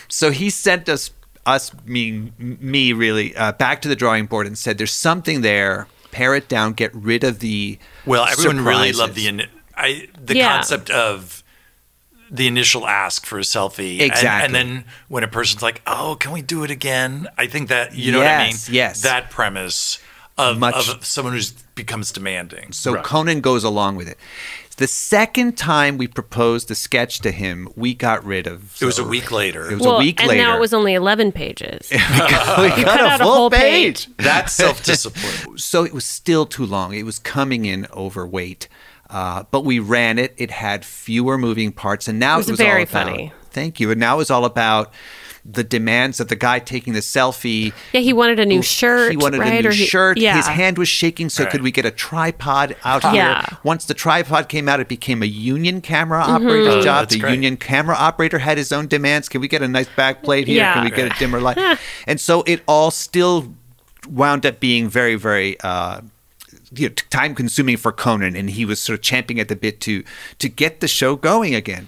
[SPEAKER 8] So he sent us, us meaning me really, uh, back to the drawing board and said, "There's something there. Pare it down. Get rid of the."
[SPEAKER 1] Well, everyone really
[SPEAKER 8] surprises."
[SPEAKER 1] loved the in- I the
[SPEAKER 8] Yeah.
[SPEAKER 1] concept of the initial ask for a selfie. And-
[SPEAKER 8] Exactly.
[SPEAKER 1] And, then when a person's like, oh, can we do it again? I think that, you know
[SPEAKER 8] Yes,
[SPEAKER 1] what I mean?
[SPEAKER 8] yes.
[SPEAKER 1] That premise of,
[SPEAKER 8] Much-
[SPEAKER 1] of someone who becomes demanding.
[SPEAKER 8] So Conan goes along with it. The second time we proposed the sketch to him, we got rid of.
[SPEAKER 1] It was a week later.
[SPEAKER 8] It was a week
[SPEAKER 2] and
[SPEAKER 8] later.
[SPEAKER 2] now it was only 11 pages.
[SPEAKER 8] we
[SPEAKER 2] You
[SPEAKER 8] got
[SPEAKER 2] cut
[SPEAKER 8] a
[SPEAKER 2] out a
[SPEAKER 8] full
[SPEAKER 2] whole
[SPEAKER 8] page.
[SPEAKER 2] page.
[SPEAKER 1] That's self-discipline.
[SPEAKER 8] so it was still too long. It was coming in overweight, uh, but we ran it. It had fewer moving parts, and now
[SPEAKER 2] It
[SPEAKER 8] it
[SPEAKER 2] was
[SPEAKER 8] was,
[SPEAKER 2] very
[SPEAKER 8] all about,
[SPEAKER 2] funny.
[SPEAKER 8] Thank you. And now it was all about the demands of the guy taking the selfie.
[SPEAKER 2] Yeah, he wanted a new shirt.
[SPEAKER 8] He wanted
[SPEAKER 2] right?
[SPEAKER 8] a new
[SPEAKER 2] Or he-
[SPEAKER 8] shirt.
[SPEAKER 2] Yeah.
[SPEAKER 8] His hand was shaking. So could we get a tripod out
[SPEAKER 2] Yeah.
[SPEAKER 8] here? Once the tripod came out, it became a union camera
[SPEAKER 2] Mhm.
[SPEAKER 8] operator's
[SPEAKER 2] Oh,
[SPEAKER 8] job.
[SPEAKER 2] that's
[SPEAKER 8] The
[SPEAKER 2] great.
[SPEAKER 8] union camera operator had his own demands. Can we get a nice back plate here?
[SPEAKER 2] Yeah.
[SPEAKER 8] Can we get a dimmer light? and so it all still wound up being very, very. Uh, you know, time consuming for Conan, and he was sort of champing at the bit to to get the show going again.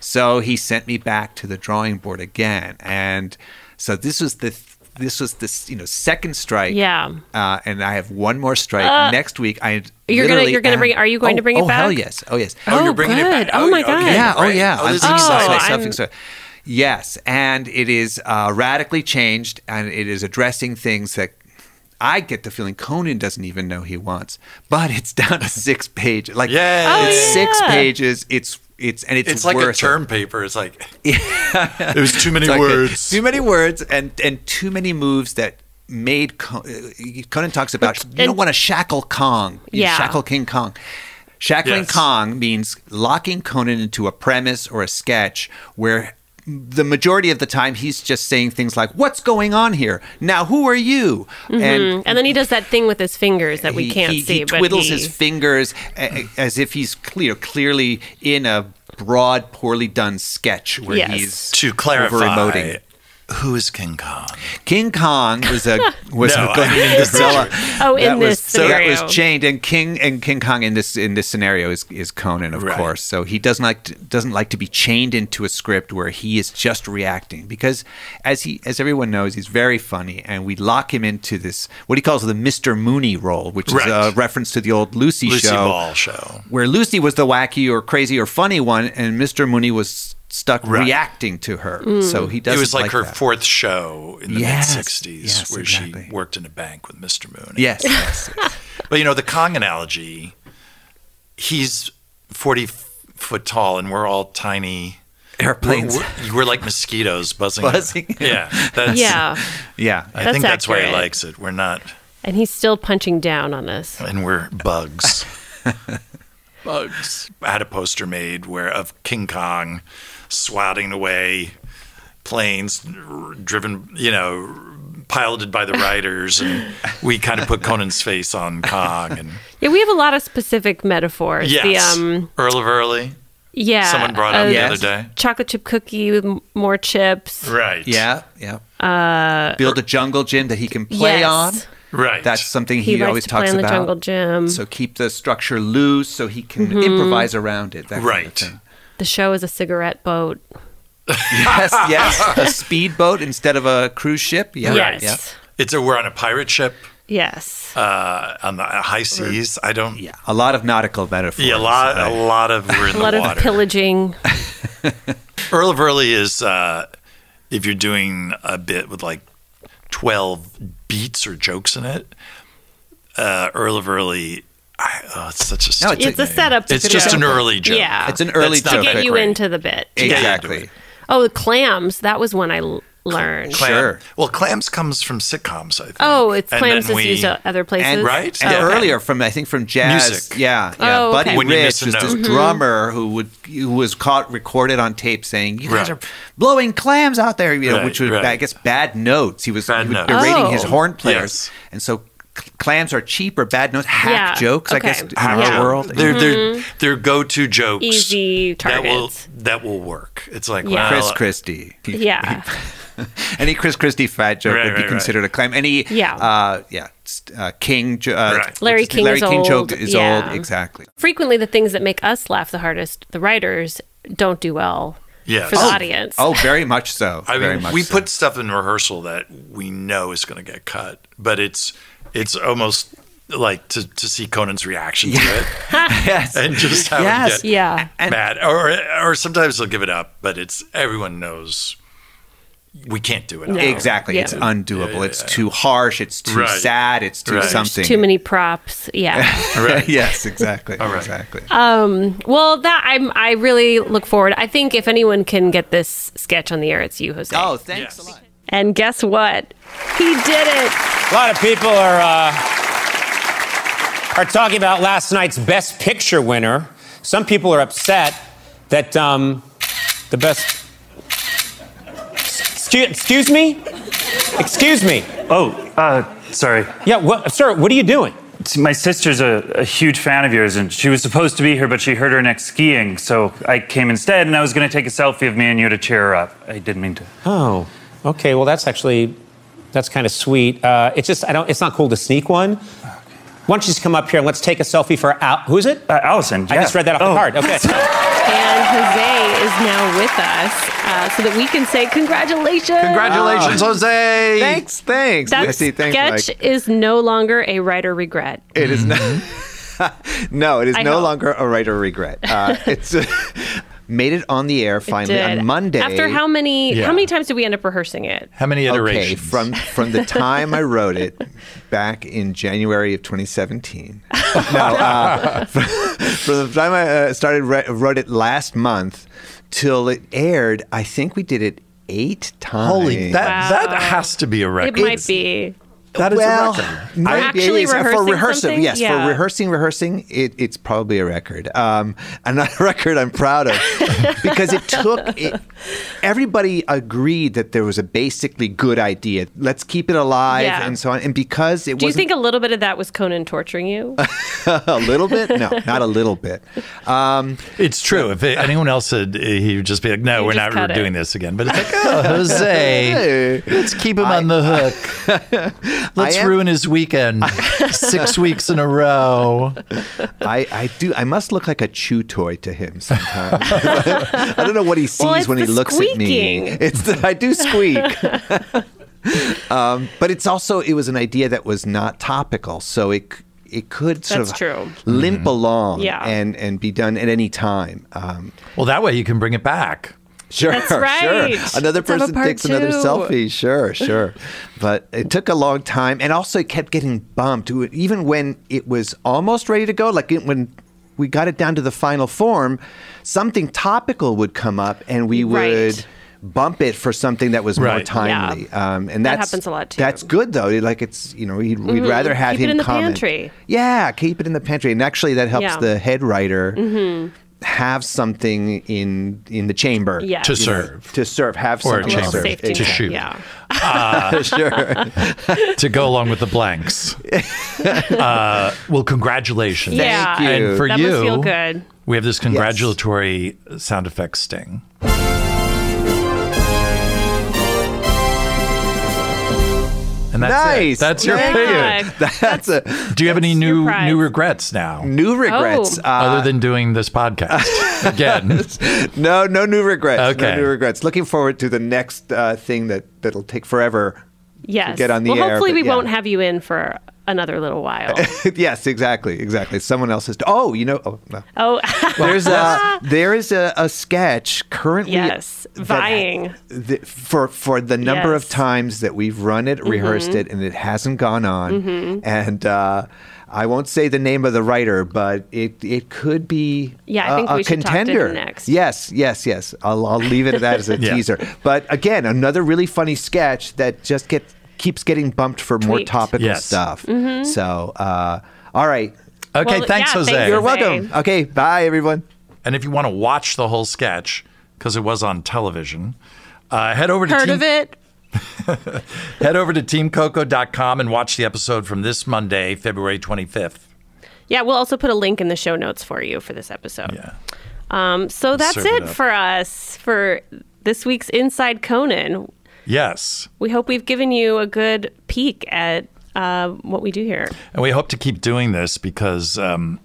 [SPEAKER 8] So he sent me back to the drawing board again, and so this was the this was this you know second strike.
[SPEAKER 2] Yeah.
[SPEAKER 8] Uh, and I have one more strike
[SPEAKER 2] Uh,
[SPEAKER 8] next week. I
[SPEAKER 2] You're gonna-
[SPEAKER 8] literally
[SPEAKER 2] you're gonna
[SPEAKER 8] am-
[SPEAKER 2] bring- are you going
[SPEAKER 8] oh,
[SPEAKER 2] to bring it
[SPEAKER 8] oh, hell
[SPEAKER 2] back?
[SPEAKER 8] yes! Oh yes!
[SPEAKER 2] Oh, Oh, you're bringing it good. back. Oh, Oh, my okay. God.
[SPEAKER 8] Yeah! Oh
[SPEAKER 2] Great.
[SPEAKER 8] yeah!
[SPEAKER 2] Oh, this is
[SPEAKER 8] I'm so
[SPEAKER 2] exciting.
[SPEAKER 8] excited.
[SPEAKER 2] I'm-
[SPEAKER 8] So- Yes, and it is uh, radically changed, and it is addressing things that I get the feeling Conan doesn't even know he wants. But it's down to six pages. Like
[SPEAKER 1] Yeah.
[SPEAKER 8] it's
[SPEAKER 1] Oh,
[SPEAKER 8] six
[SPEAKER 1] yeah.
[SPEAKER 8] pages. It's it's and it's,
[SPEAKER 1] It's like a
[SPEAKER 8] worth it.
[SPEAKER 1] term paper. It's like, it was too many
[SPEAKER 8] It's like a-
[SPEAKER 1] words.
[SPEAKER 8] too many words, and and too many moves that made Con- uh, Conan talks about. you don't want to shackle Kong. You
[SPEAKER 2] Yeah.
[SPEAKER 8] shackle King Kong. Shackling
[SPEAKER 1] Yes.
[SPEAKER 8] Kong means locking Conan into a premise or a sketch where the majority of the time he's just saying things like, "What's going on here? Now, who are you?"
[SPEAKER 2] Mhm. And, then he does that thing with his fingers that we
[SPEAKER 8] he-
[SPEAKER 2] can't
[SPEAKER 8] he,
[SPEAKER 2] see.
[SPEAKER 8] He
[SPEAKER 2] but
[SPEAKER 8] twiddles
[SPEAKER 2] he-
[SPEAKER 8] his fingers a- a- as if he's clear, clearly in a broad, poorly done sketch where
[SPEAKER 2] Yes.
[SPEAKER 8] he's
[SPEAKER 1] To clarify,
[SPEAKER 8] over-emoting.
[SPEAKER 1] Who is King Kong?
[SPEAKER 8] King Kong was a was
[SPEAKER 1] No,
[SPEAKER 8] a
[SPEAKER 1] I mean in this
[SPEAKER 8] gorilla.
[SPEAKER 1] picture.
[SPEAKER 2] Oh, in
[SPEAKER 8] that was,
[SPEAKER 2] this
[SPEAKER 8] so that
[SPEAKER 2] scenario.
[SPEAKER 8] was chained, and King and King Kong in this in this scenario is, is Conan, of course. So he doesn't like to, doesn't like to be chained into a script where he is just reacting because, as he as everyone knows, he's very funny, and we lock him into this what he calls the Mister Mooney role, which
[SPEAKER 1] Right.
[SPEAKER 8] is a reference to the old Lucy,
[SPEAKER 1] Lucy
[SPEAKER 8] show,
[SPEAKER 1] Ball show.
[SPEAKER 8] where Lucy was the wacky or crazy or funny one, and Mister Mooney was stuck reacting to her. So he doesn't.
[SPEAKER 1] It was like, her
[SPEAKER 8] that.
[SPEAKER 1] fourth show in the
[SPEAKER 8] Yes,
[SPEAKER 1] mid '60s,
[SPEAKER 8] yes,
[SPEAKER 1] where
[SPEAKER 8] exactly.
[SPEAKER 1] she worked in a bank with Mr. Moon.
[SPEAKER 8] Yes, yes,
[SPEAKER 1] but you know the Kong analogy. He's forty f- foot tall, and we're all tiny
[SPEAKER 8] Airplanes.
[SPEAKER 1] We're, we're- we're like mosquitoes buzzing.
[SPEAKER 8] Buzzing.
[SPEAKER 1] Yeah. That's,
[SPEAKER 2] Yeah.
[SPEAKER 8] Yeah.
[SPEAKER 1] I
[SPEAKER 2] That's
[SPEAKER 1] think that's why he
[SPEAKER 2] accurate.
[SPEAKER 1] likes it. We're not,
[SPEAKER 2] And he's still punching down on us.
[SPEAKER 1] and we're bugs. bugs. I had a poster made where of King Kong swatting away planes r- driven, you know, piloted by the riders, and we kind of put Conan's face on Kong and
[SPEAKER 2] Yeah, we have a lot of specific metaphors.
[SPEAKER 1] yes,
[SPEAKER 2] The, um, uh,
[SPEAKER 1] Earl of Early.
[SPEAKER 2] yeah.
[SPEAKER 1] someone brought up the other day.
[SPEAKER 2] Chocolate chip cookie with m- more chips.
[SPEAKER 1] Right.
[SPEAKER 8] Yeah, yeah.
[SPEAKER 2] Uh,
[SPEAKER 8] Build a jungle gym that he can play
[SPEAKER 2] Yes.
[SPEAKER 8] on.
[SPEAKER 1] Right.
[SPEAKER 8] That's something he,
[SPEAKER 2] He likes
[SPEAKER 8] always
[SPEAKER 2] to play
[SPEAKER 8] talks
[SPEAKER 2] in the
[SPEAKER 8] about.
[SPEAKER 2] jungle gym.
[SPEAKER 8] So keep the structure loose so he can
[SPEAKER 2] Mhm.
[SPEAKER 8] improvise around it. That
[SPEAKER 1] right.
[SPEAKER 2] the show is a cigarette boat.
[SPEAKER 8] yes, yes. A speedboat instead of a cruise ship. Yeah.
[SPEAKER 2] Yes.
[SPEAKER 8] Yeah.
[SPEAKER 1] It's a we're on a pirate ship
[SPEAKER 2] Yes.
[SPEAKER 1] uh, on the high seas. I don't. Yeah.
[SPEAKER 8] A lot of nautical metaphors.
[SPEAKER 1] Yeah, a lot, a lot of we're in
[SPEAKER 2] a lot
[SPEAKER 1] the
[SPEAKER 2] of
[SPEAKER 1] water.
[SPEAKER 2] pillaging.
[SPEAKER 1] Earl of Early is uh, if you're doing a bit with like twelve beats or jokes in it. Uh, Earl of Early, I, oh, it's such a
[SPEAKER 2] No,
[SPEAKER 1] stupid
[SPEAKER 2] it's a- It's a
[SPEAKER 1] name.
[SPEAKER 2] setup
[SPEAKER 1] It's
[SPEAKER 2] to
[SPEAKER 1] just
[SPEAKER 2] get
[SPEAKER 1] an
[SPEAKER 2] into it.
[SPEAKER 1] early joke.
[SPEAKER 2] Yeah. It's an
[SPEAKER 8] early
[SPEAKER 1] That's not
[SPEAKER 2] to get
[SPEAKER 1] that
[SPEAKER 2] you
[SPEAKER 1] great.
[SPEAKER 2] into the bit.
[SPEAKER 1] To get you into
[SPEAKER 8] Exactly.
[SPEAKER 2] Oh, the clams. That was one I l- learned.
[SPEAKER 1] Clam. Well, clams comes from sitcoms, I think.
[SPEAKER 2] Oh, it's
[SPEAKER 1] And
[SPEAKER 2] clams
[SPEAKER 1] then
[SPEAKER 2] that's
[SPEAKER 1] we-
[SPEAKER 2] used o- other places,
[SPEAKER 8] And,
[SPEAKER 1] Right?
[SPEAKER 8] And
[SPEAKER 1] Yeah.
[SPEAKER 8] earlier from I think from jazz.
[SPEAKER 1] Music.
[SPEAKER 8] Yeah.
[SPEAKER 2] Oh,
[SPEAKER 8] yeah.
[SPEAKER 2] okay. Mm-hmm.
[SPEAKER 8] Buddy
[SPEAKER 1] When you
[SPEAKER 8] Rich
[SPEAKER 1] miss a
[SPEAKER 8] was this
[SPEAKER 1] note. Mhm.
[SPEAKER 8] drummer who would who was caught recorded on tape saying, You guys
[SPEAKER 1] Right.
[SPEAKER 8] are blowing clams out there, you know,
[SPEAKER 1] Right,
[SPEAKER 8] which was
[SPEAKER 1] right.
[SPEAKER 8] I guess bad notes. He was, he was
[SPEAKER 1] notes.
[SPEAKER 8] berating
[SPEAKER 1] Oh.
[SPEAKER 8] his horn players.
[SPEAKER 1] Yes.
[SPEAKER 8] And so cl- clams are cheap or bad notes, hack
[SPEAKER 2] Yeah,
[SPEAKER 8] jokes,
[SPEAKER 2] okay.
[SPEAKER 8] I guess, in
[SPEAKER 2] Hack
[SPEAKER 8] our
[SPEAKER 2] joke.
[SPEAKER 8] world.
[SPEAKER 1] They're, they're, they're go-to jokes.
[SPEAKER 2] Mm-hmm. easy
[SPEAKER 1] That will,
[SPEAKER 2] targets.
[SPEAKER 1] that will work. It's like,
[SPEAKER 2] Yeah.
[SPEAKER 1] well,
[SPEAKER 8] Chris Christie.
[SPEAKER 2] yeah.
[SPEAKER 8] Any Chris Christie fat joke would
[SPEAKER 1] Right,
[SPEAKER 8] be
[SPEAKER 1] right, right.
[SPEAKER 8] considered a clam. Any
[SPEAKER 2] Yeah.
[SPEAKER 8] uh, yeah, st- uh, King jo- uh,
[SPEAKER 1] Right.
[SPEAKER 8] what's
[SPEAKER 2] Larry
[SPEAKER 8] his name?
[SPEAKER 2] King
[SPEAKER 8] Larry
[SPEAKER 2] is
[SPEAKER 8] King joke
[SPEAKER 2] old,
[SPEAKER 8] is
[SPEAKER 2] yeah.
[SPEAKER 8] old exactly.
[SPEAKER 2] Frequently, the things that make us laugh the hardest, the writers don't do well
[SPEAKER 1] Yes.
[SPEAKER 2] for the
[SPEAKER 1] Oh.
[SPEAKER 2] audience.
[SPEAKER 8] Oh, very much so.
[SPEAKER 1] I
[SPEAKER 8] very
[SPEAKER 1] mean,
[SPEAKER 8] much
[SPEAKER 1] we
[SPEAKER 8] so.
[SPEAKER 1] put stuff in rehearsal that we know is going to get cut, but it's it's almost like to, to see Conan's reaction to it. And just how
[SPEAKER 7] Yes.
[SPEAKER 1] him get
[SPEAKER 7] Yeah.
[SPEAKER 1] mad. Or or sometimes they'll give it up, but it's everyone knows we can't do it.
[SPEAKER 2] No.
[SPEAKER 8] Exactly.
[SPEAKER 2] Yeah.
[SPEAKER 8] It's undoable. It's too harsh. It's too
[SPEAKER 1] Right.
[SPEAKER 8] sad. It's too
[SPEAKER 1] Right.
[SPEAKER 8] something.
[SPEAKER 2] Too many props. Yeah.
[SPEAKER 8] yes, exactly. Exactly.
[SPEAKER 2] Um, well, that I'm. I really look forward. I think if anyone can get this sketch on the air, it's you, Jose.
[SPEAKER 8] Oh, thanks
[SPEAKER 2] a lot. And guess what? He did it.
[SPEAKER 3] A lot of people are uh, are talking about last night's Best Picture winner. Some people are upset that um, the best. Excuse, excuse me. Excuse me.
[SPEAKER 9] Oh, uh, sorry.
[SPEAKER 3] Yeah, what, sir, what are you doing?
[SPEAKER 9] My sister's a, a huge fan of yours, and she was supposed to be here, but she hurt her neck skiing, so I came instead, and I was going to take a selfie of me and you to cheer her up. I didn't mean to.
[SPEAKER 3] Oh, okay. Well, that's actually that's kind of sweet. Uh, it's just I don't. It's not cool to sneak one. Why don't you just come up here and let's take a selfie for Al- who's it? Uh,
[SPEAKER 9] Allison.
[SPEAKER 3] I just
[SPEAKER 9] yeah.
[SPEAKER 3] read that off
[SPEAKER 9] Oh.
[SPEAKER 3] the card. Okay.
[SPEAKER 2] And Jose is now with us, uh, so that we can say congratulations.
[SPEAKER 8] Congratulations, Jose. Thanks, thanks.
[SPEAKER 2] That
[SPEAKER 8] Jesse, thanks,
[SPEAKER 2] sketch
[SPEAKER 8] Mike.
[SPEAKER 2] is no longer a writer regret.
[SPEAKER 8] It is not. no, it is
[SPEAKER 2] Mm-hmm. I
[SPEAKER 8] no
[SPEAKER 2] hope.
[SPEAKER 8] longer a writer regret. Uh, it's made it on the air finally
[SPEAKER 2] Did.
[SPEAKER 8] on Monday.
[SPEAKER 2] After how many?
[SPEAKER 8] Yeah.
[SPEAKER 2] How many times did we end up rehearsing it?
[SPEAKER 8] How many
[SPEAKER 1] iterations?
[SPEAKER 8] Okay, from from the time I wrote it back in January of 2017. No, uh, from, from the time I uh, started re- wrote it last month till it aired, I think we did it eight times.
[SPEAKER 1] Holy, that that has to be a record.
[SPEAKER 2] It might be.
[SPEAKER 1] That is
[SPEAKER 8] well,
[SPEAKER 1] a record.
[SPEAKER 8] maybe it
[SPEAKER 2] actually
[SPEAKER 8] is. Uh, for
[SPEAKER 2] rehearsing
[SPEAKER 8] rehearsing,
[SPEAKER 2] something?
[SPEAKER 8] yes,
[SPEAKER 2] Yeah.
[SPEAKER 8] for rehearsing, rehearsing, it, it's probably a record. Um, and not a record I'm proud of because it took it, everybody agreed that there was a basically good idea. Let's keep it alive
[SPEAKER 2] Yeah.
[SPEAKER 8] and so on. And because it
[SPEAKER 2] Do you
[SPEAKER 8] wasn't
[SPEAKER 2] think a little bit of that was Conan torturing you?
[SPEAKER 8] a little bit, no, not a little bit. Um,
[SPEAKER 1] it's true. If it- anyone else had, he would just be like, "No,
[SPEAKER 8] You
[SPEAKER 1] we're
[SPEAKER 8] just
[SPEAKER 1] not
[SPEAKER 8] cut it.
[SPEAKER 1] doing this again." But it's like, "Oh, Jose, let's keep him on the hook. Let's
[SPEAKER 8] I am-
[SPEAKER 1] ruin his weekend six weeks in a row."
[SPEAKER 8] I, I do. I must look like a chew toy to him sometimes. I don't know what he sees
[SPEAKER 2] Well, it's
[SPEAKER 8] when he
[SPEAKER 2] the
[SPEAKER 8] looks at
[SPEAKER 2] squeaking.
[SPEAKER 8] me. It's the, I do squeak. um, but it's also it was an idea that was not topical, so it c- it could sort
[SPEAKER 2] That's
[SPEAKER 8] of
[SPEAKER 2] true.
[SPEAKER 8] limp along
[SPEAKER 2] Yeah.
[SPEAKER 8] and and be done at any time. Um,
[SPEAKER 1] well, that way you can bring it back.
[SPEAKER 8] Sure,
[SPEAKER 1] That's right.
[SPEAKER 8] sure. Another
[SPEAKER 1] Let's have a
[SPEAKER 8] person
[SPEAKER 1] part
[SPEAKER 8] takes another
[SPEAKER 1] two.
[SPEAKER 8] selfie. Sure, sure. but it took a long time, and also it kept getting bumped. Even when it was almost ready to go, like it, when we got it down to the final form, something topical would come up, and we would.
[SPEAKER 2] Right.
[SPEAKER 8] Bump it for something that was more
[SPEAKER 2] Right.
[SPEAKER 8] timely, um, and
[SPEAKER 2] That
[SPEAKER 8] that's,
[SPEAKER 2] happens a lot, too.
[SPEAKER 8] That's good though. Like it's you know we'd, we'd
[SPEAKER 2] Mhm.
[SPEAKER 8] rather have
[SPEAKER 2] Keep
[SPEAKER 8] him
[SPEAKER 2] it in the
[SPEAKER 8] comment.
[SPEAKER 2] pantry.
[SPEAKER 8] Yeah, keep it in the pantry, and actually that helps
[SPEAKER 2] Yeah.
[SPEAKER 8] the head writer
[SPEAKER 2] hmm
[SPEAKER 8] have something in in the chamber
[SPEAKER 2] Yeah. To
[SPEAKER 8] You know,
[SPEAKER 1] serve.
[SPEAKER 8] to serve have
[SPEAKER 1] Or a
[SPEAKER 8] something
[SPEAKER 1] chamber
[SPEAKER 8] serve.
[SPEAKER 1] Safety to net, shoot.
[SPEAKER 2] Yeah.
[SPEAKER 1] Uh,
[SPEAKER 8] Sure.
[SPEAKER 1] to go along with the blanks. Uh, well, congratulations.
[SPEAKER 2] Yeah. Thank you.
[SPEAKER 1] And for
[SPEAKER 2] That
[SPEAKER 1] you,
[SPEAKER 2] must feel good.
[SPEAKER 1] we have this congratulatory uh, sound effect sting. And that's it.
[SPEAKER 8] nice
[SPEAKER 1] That's your
[SPEAKER 8] Thank
[SPEAKER 1] pig.
[SPEAKER 8] you. that's a
[SPEAKER 1] Do you have any new new regrets now?
[SPEAKER 8] New regrets, Oh. uh,
[SPEAKER 1] other than doing this podcast again.
[SPEAKER 8] no no new regrets
[SPEAKER 1] Okay.
[SPEAKER 8] no new regrets looking forward to the next uh, thing that that'll take forever
[SPEAKER 2] Yes.
[SPEAKER 8] get on the
[SPEAKER 2] well,
[SPEAKER 8] air,
[SPEAKER 2] hopefully
[SPEAKER 8] but
[SPEAKER 2] we
[SPEAKER 8] yeah.
[SPEAKER 2] won't have you in for another little while.
[SPEAKER 8] yes exactly exactly someone else has oh you know oh no
[SPEAKER 2] Oh,
[SPEAKER 8] there's a there is a, a sketch currently
[SPEAKER 2] yes,
[SPEAKER 8] that-
[SPEAKER 2] vying.
[SPEAKER 8] th- for for the number of
[SPEAKER 2] Yes.
[SPEAKER 8] times that we've run it, rehearsed
[SPEAKER 2] Mhm.
[SPEAKER 8] it, and it hasn't gone on.
[SPEAKER 2] Mhm.
[SPEAKER 8] And uh, I won't say the name of the writer, but it it could be
[SPEAKER 2] Yeah, I
[SPEAKER 8] a-
[SPEAKER 2] think
[SPEAKER 8] a
[SPEAKER 2] we should talk to him
[SPEAKER 8] contender
[SPEAKER 2] next.
[SPEAKER 8] Yes, yes, yes. I'll I'll leave it at that as a
[SPEAKER 1] Yeah.
[SPEAKER 8] teaser. But again, another really funny sketch that just get keeps getting bumped for more
[SPEAKER 1] Tweaked.
[SPEAKER 8] topical
[SPEAKER 1] Yes.
[SPEAKER 8] stuff.
[SPEAKER 2] Mm-hmm.
[SPEAKER 1] Mhm.
[SPEAKER 8] So uh, all right.
[SPEAKER 1] Okay, Well, thanks, yeah, Jose. thanks,
[SPEAKER 8] You're
[SPEAKER 1] Jose.
[SPEAKER 8] welcome. Okay, bye, everyone.
[SPEAKER 1] And if you want to watch the whole sketch, because it was on television, uh, head over to
[SPEAKER 2] Heard
[SPEAKER 1] Team-
[SPEAKER 2] of it?
[SPEAKER 1] head over to teamcoco.com and watch the episode from this Monday, February 25th.
[SPEAKER 2] Yeah, we'll also put a link in the show notes for you for this episode.
[SPEAKER 1] Yeah.
[SPEAKER 2] Um, so that's
[SPEAKER 1] Serve
[SPEAKER 2] it,
[SPEAKER 1] it up.
[SPEAKER 2] for us for this week's Inside Conan.
[SPEAKER 1] Yes.
[SPEAKER 2] We hope we've given you a good peek at uh, what we do here.
[SPEAKER 1] And we hope to keep doing this because um,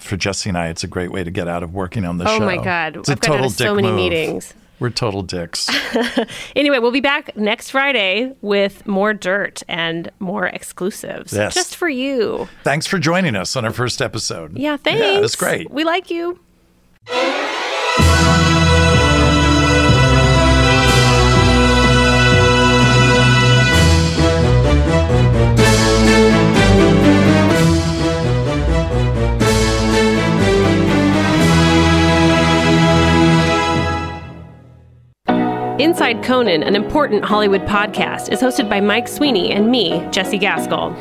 [SPEAKER 1] for Jesse and I, it's a great way to get out of working on the
[SPEAKER 2] oh
[SPEAKER 1] show.
[SPEAKER 2] my God,
[SPEAKER 1] It's a
[SPEAKER 2] I've got out
[SPEAKER 1] total
[SPEAKER 2] of so
[SPEAKER 1] dick
[SPEAKER 2] many
[SPEAKER 1] move.
[SPEAKER 2] meetings.
[SPEAKER 1] We're total dicks.
[SPEAKER 2] Anyway, we'll be back next Friday with more dirt and more exclusives
[SPEAKER 1] Yes.
[SPEAKER 2] just for you.
[SPEAKER 1] Thanks for joining us on our first episode.
[SPEAKER 2] Yeah, thanks.
[SPEAKER 1] Yeah, that's great.
[SPEAKER 2] We like you. Inside Conan, an important Hollywood podcast, is hosted by Mike Sweeney and me, Jesse Gaskell.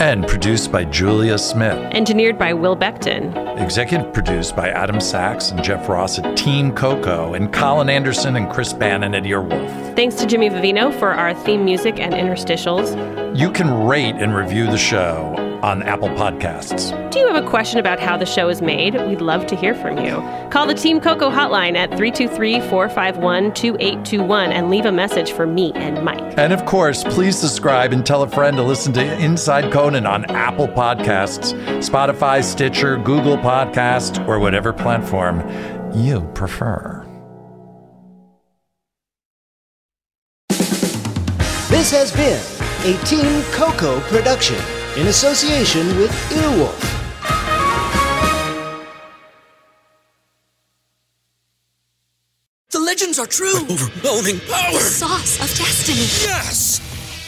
[SPEAKER 1] And produced by Julia Smith.
[SPEAKER 2] Engineered by Will Beckton.
[SPEAKER 1] Executive produced by Adam Sachs and Jeff Ross at Team Coco and Colin Anderson and Chris Bannon at Earwolf.
[SPEAKER 2] Thanks to Jimmy Vivino for our theme music and interstitials.
[SPEAKER 1] You can rate and review the show on Apple Podcasts.
[SPEAKER 2] Do you have a question about how the show is made? We'd love to hear from you. Call the Team Coco hotline at 323 451 2821 and leave a message for me and Mike.
[SPEAKER 1] And of course, please subscribe and tell a friend to listen to Inside Conan on Apple Podcasts, Spotify, Stitcher, Google Podcasts, or whatever platform you prefer.
[SPEAKER 4] This has been a Team Coco production in association with Earwolf.
[SPEAKER 10] The legends are true.
[SPEAKER 3] Overwhelming power!
[SPEAKER 10] Sauce of destiny.
[SPEAKER 3] Yes!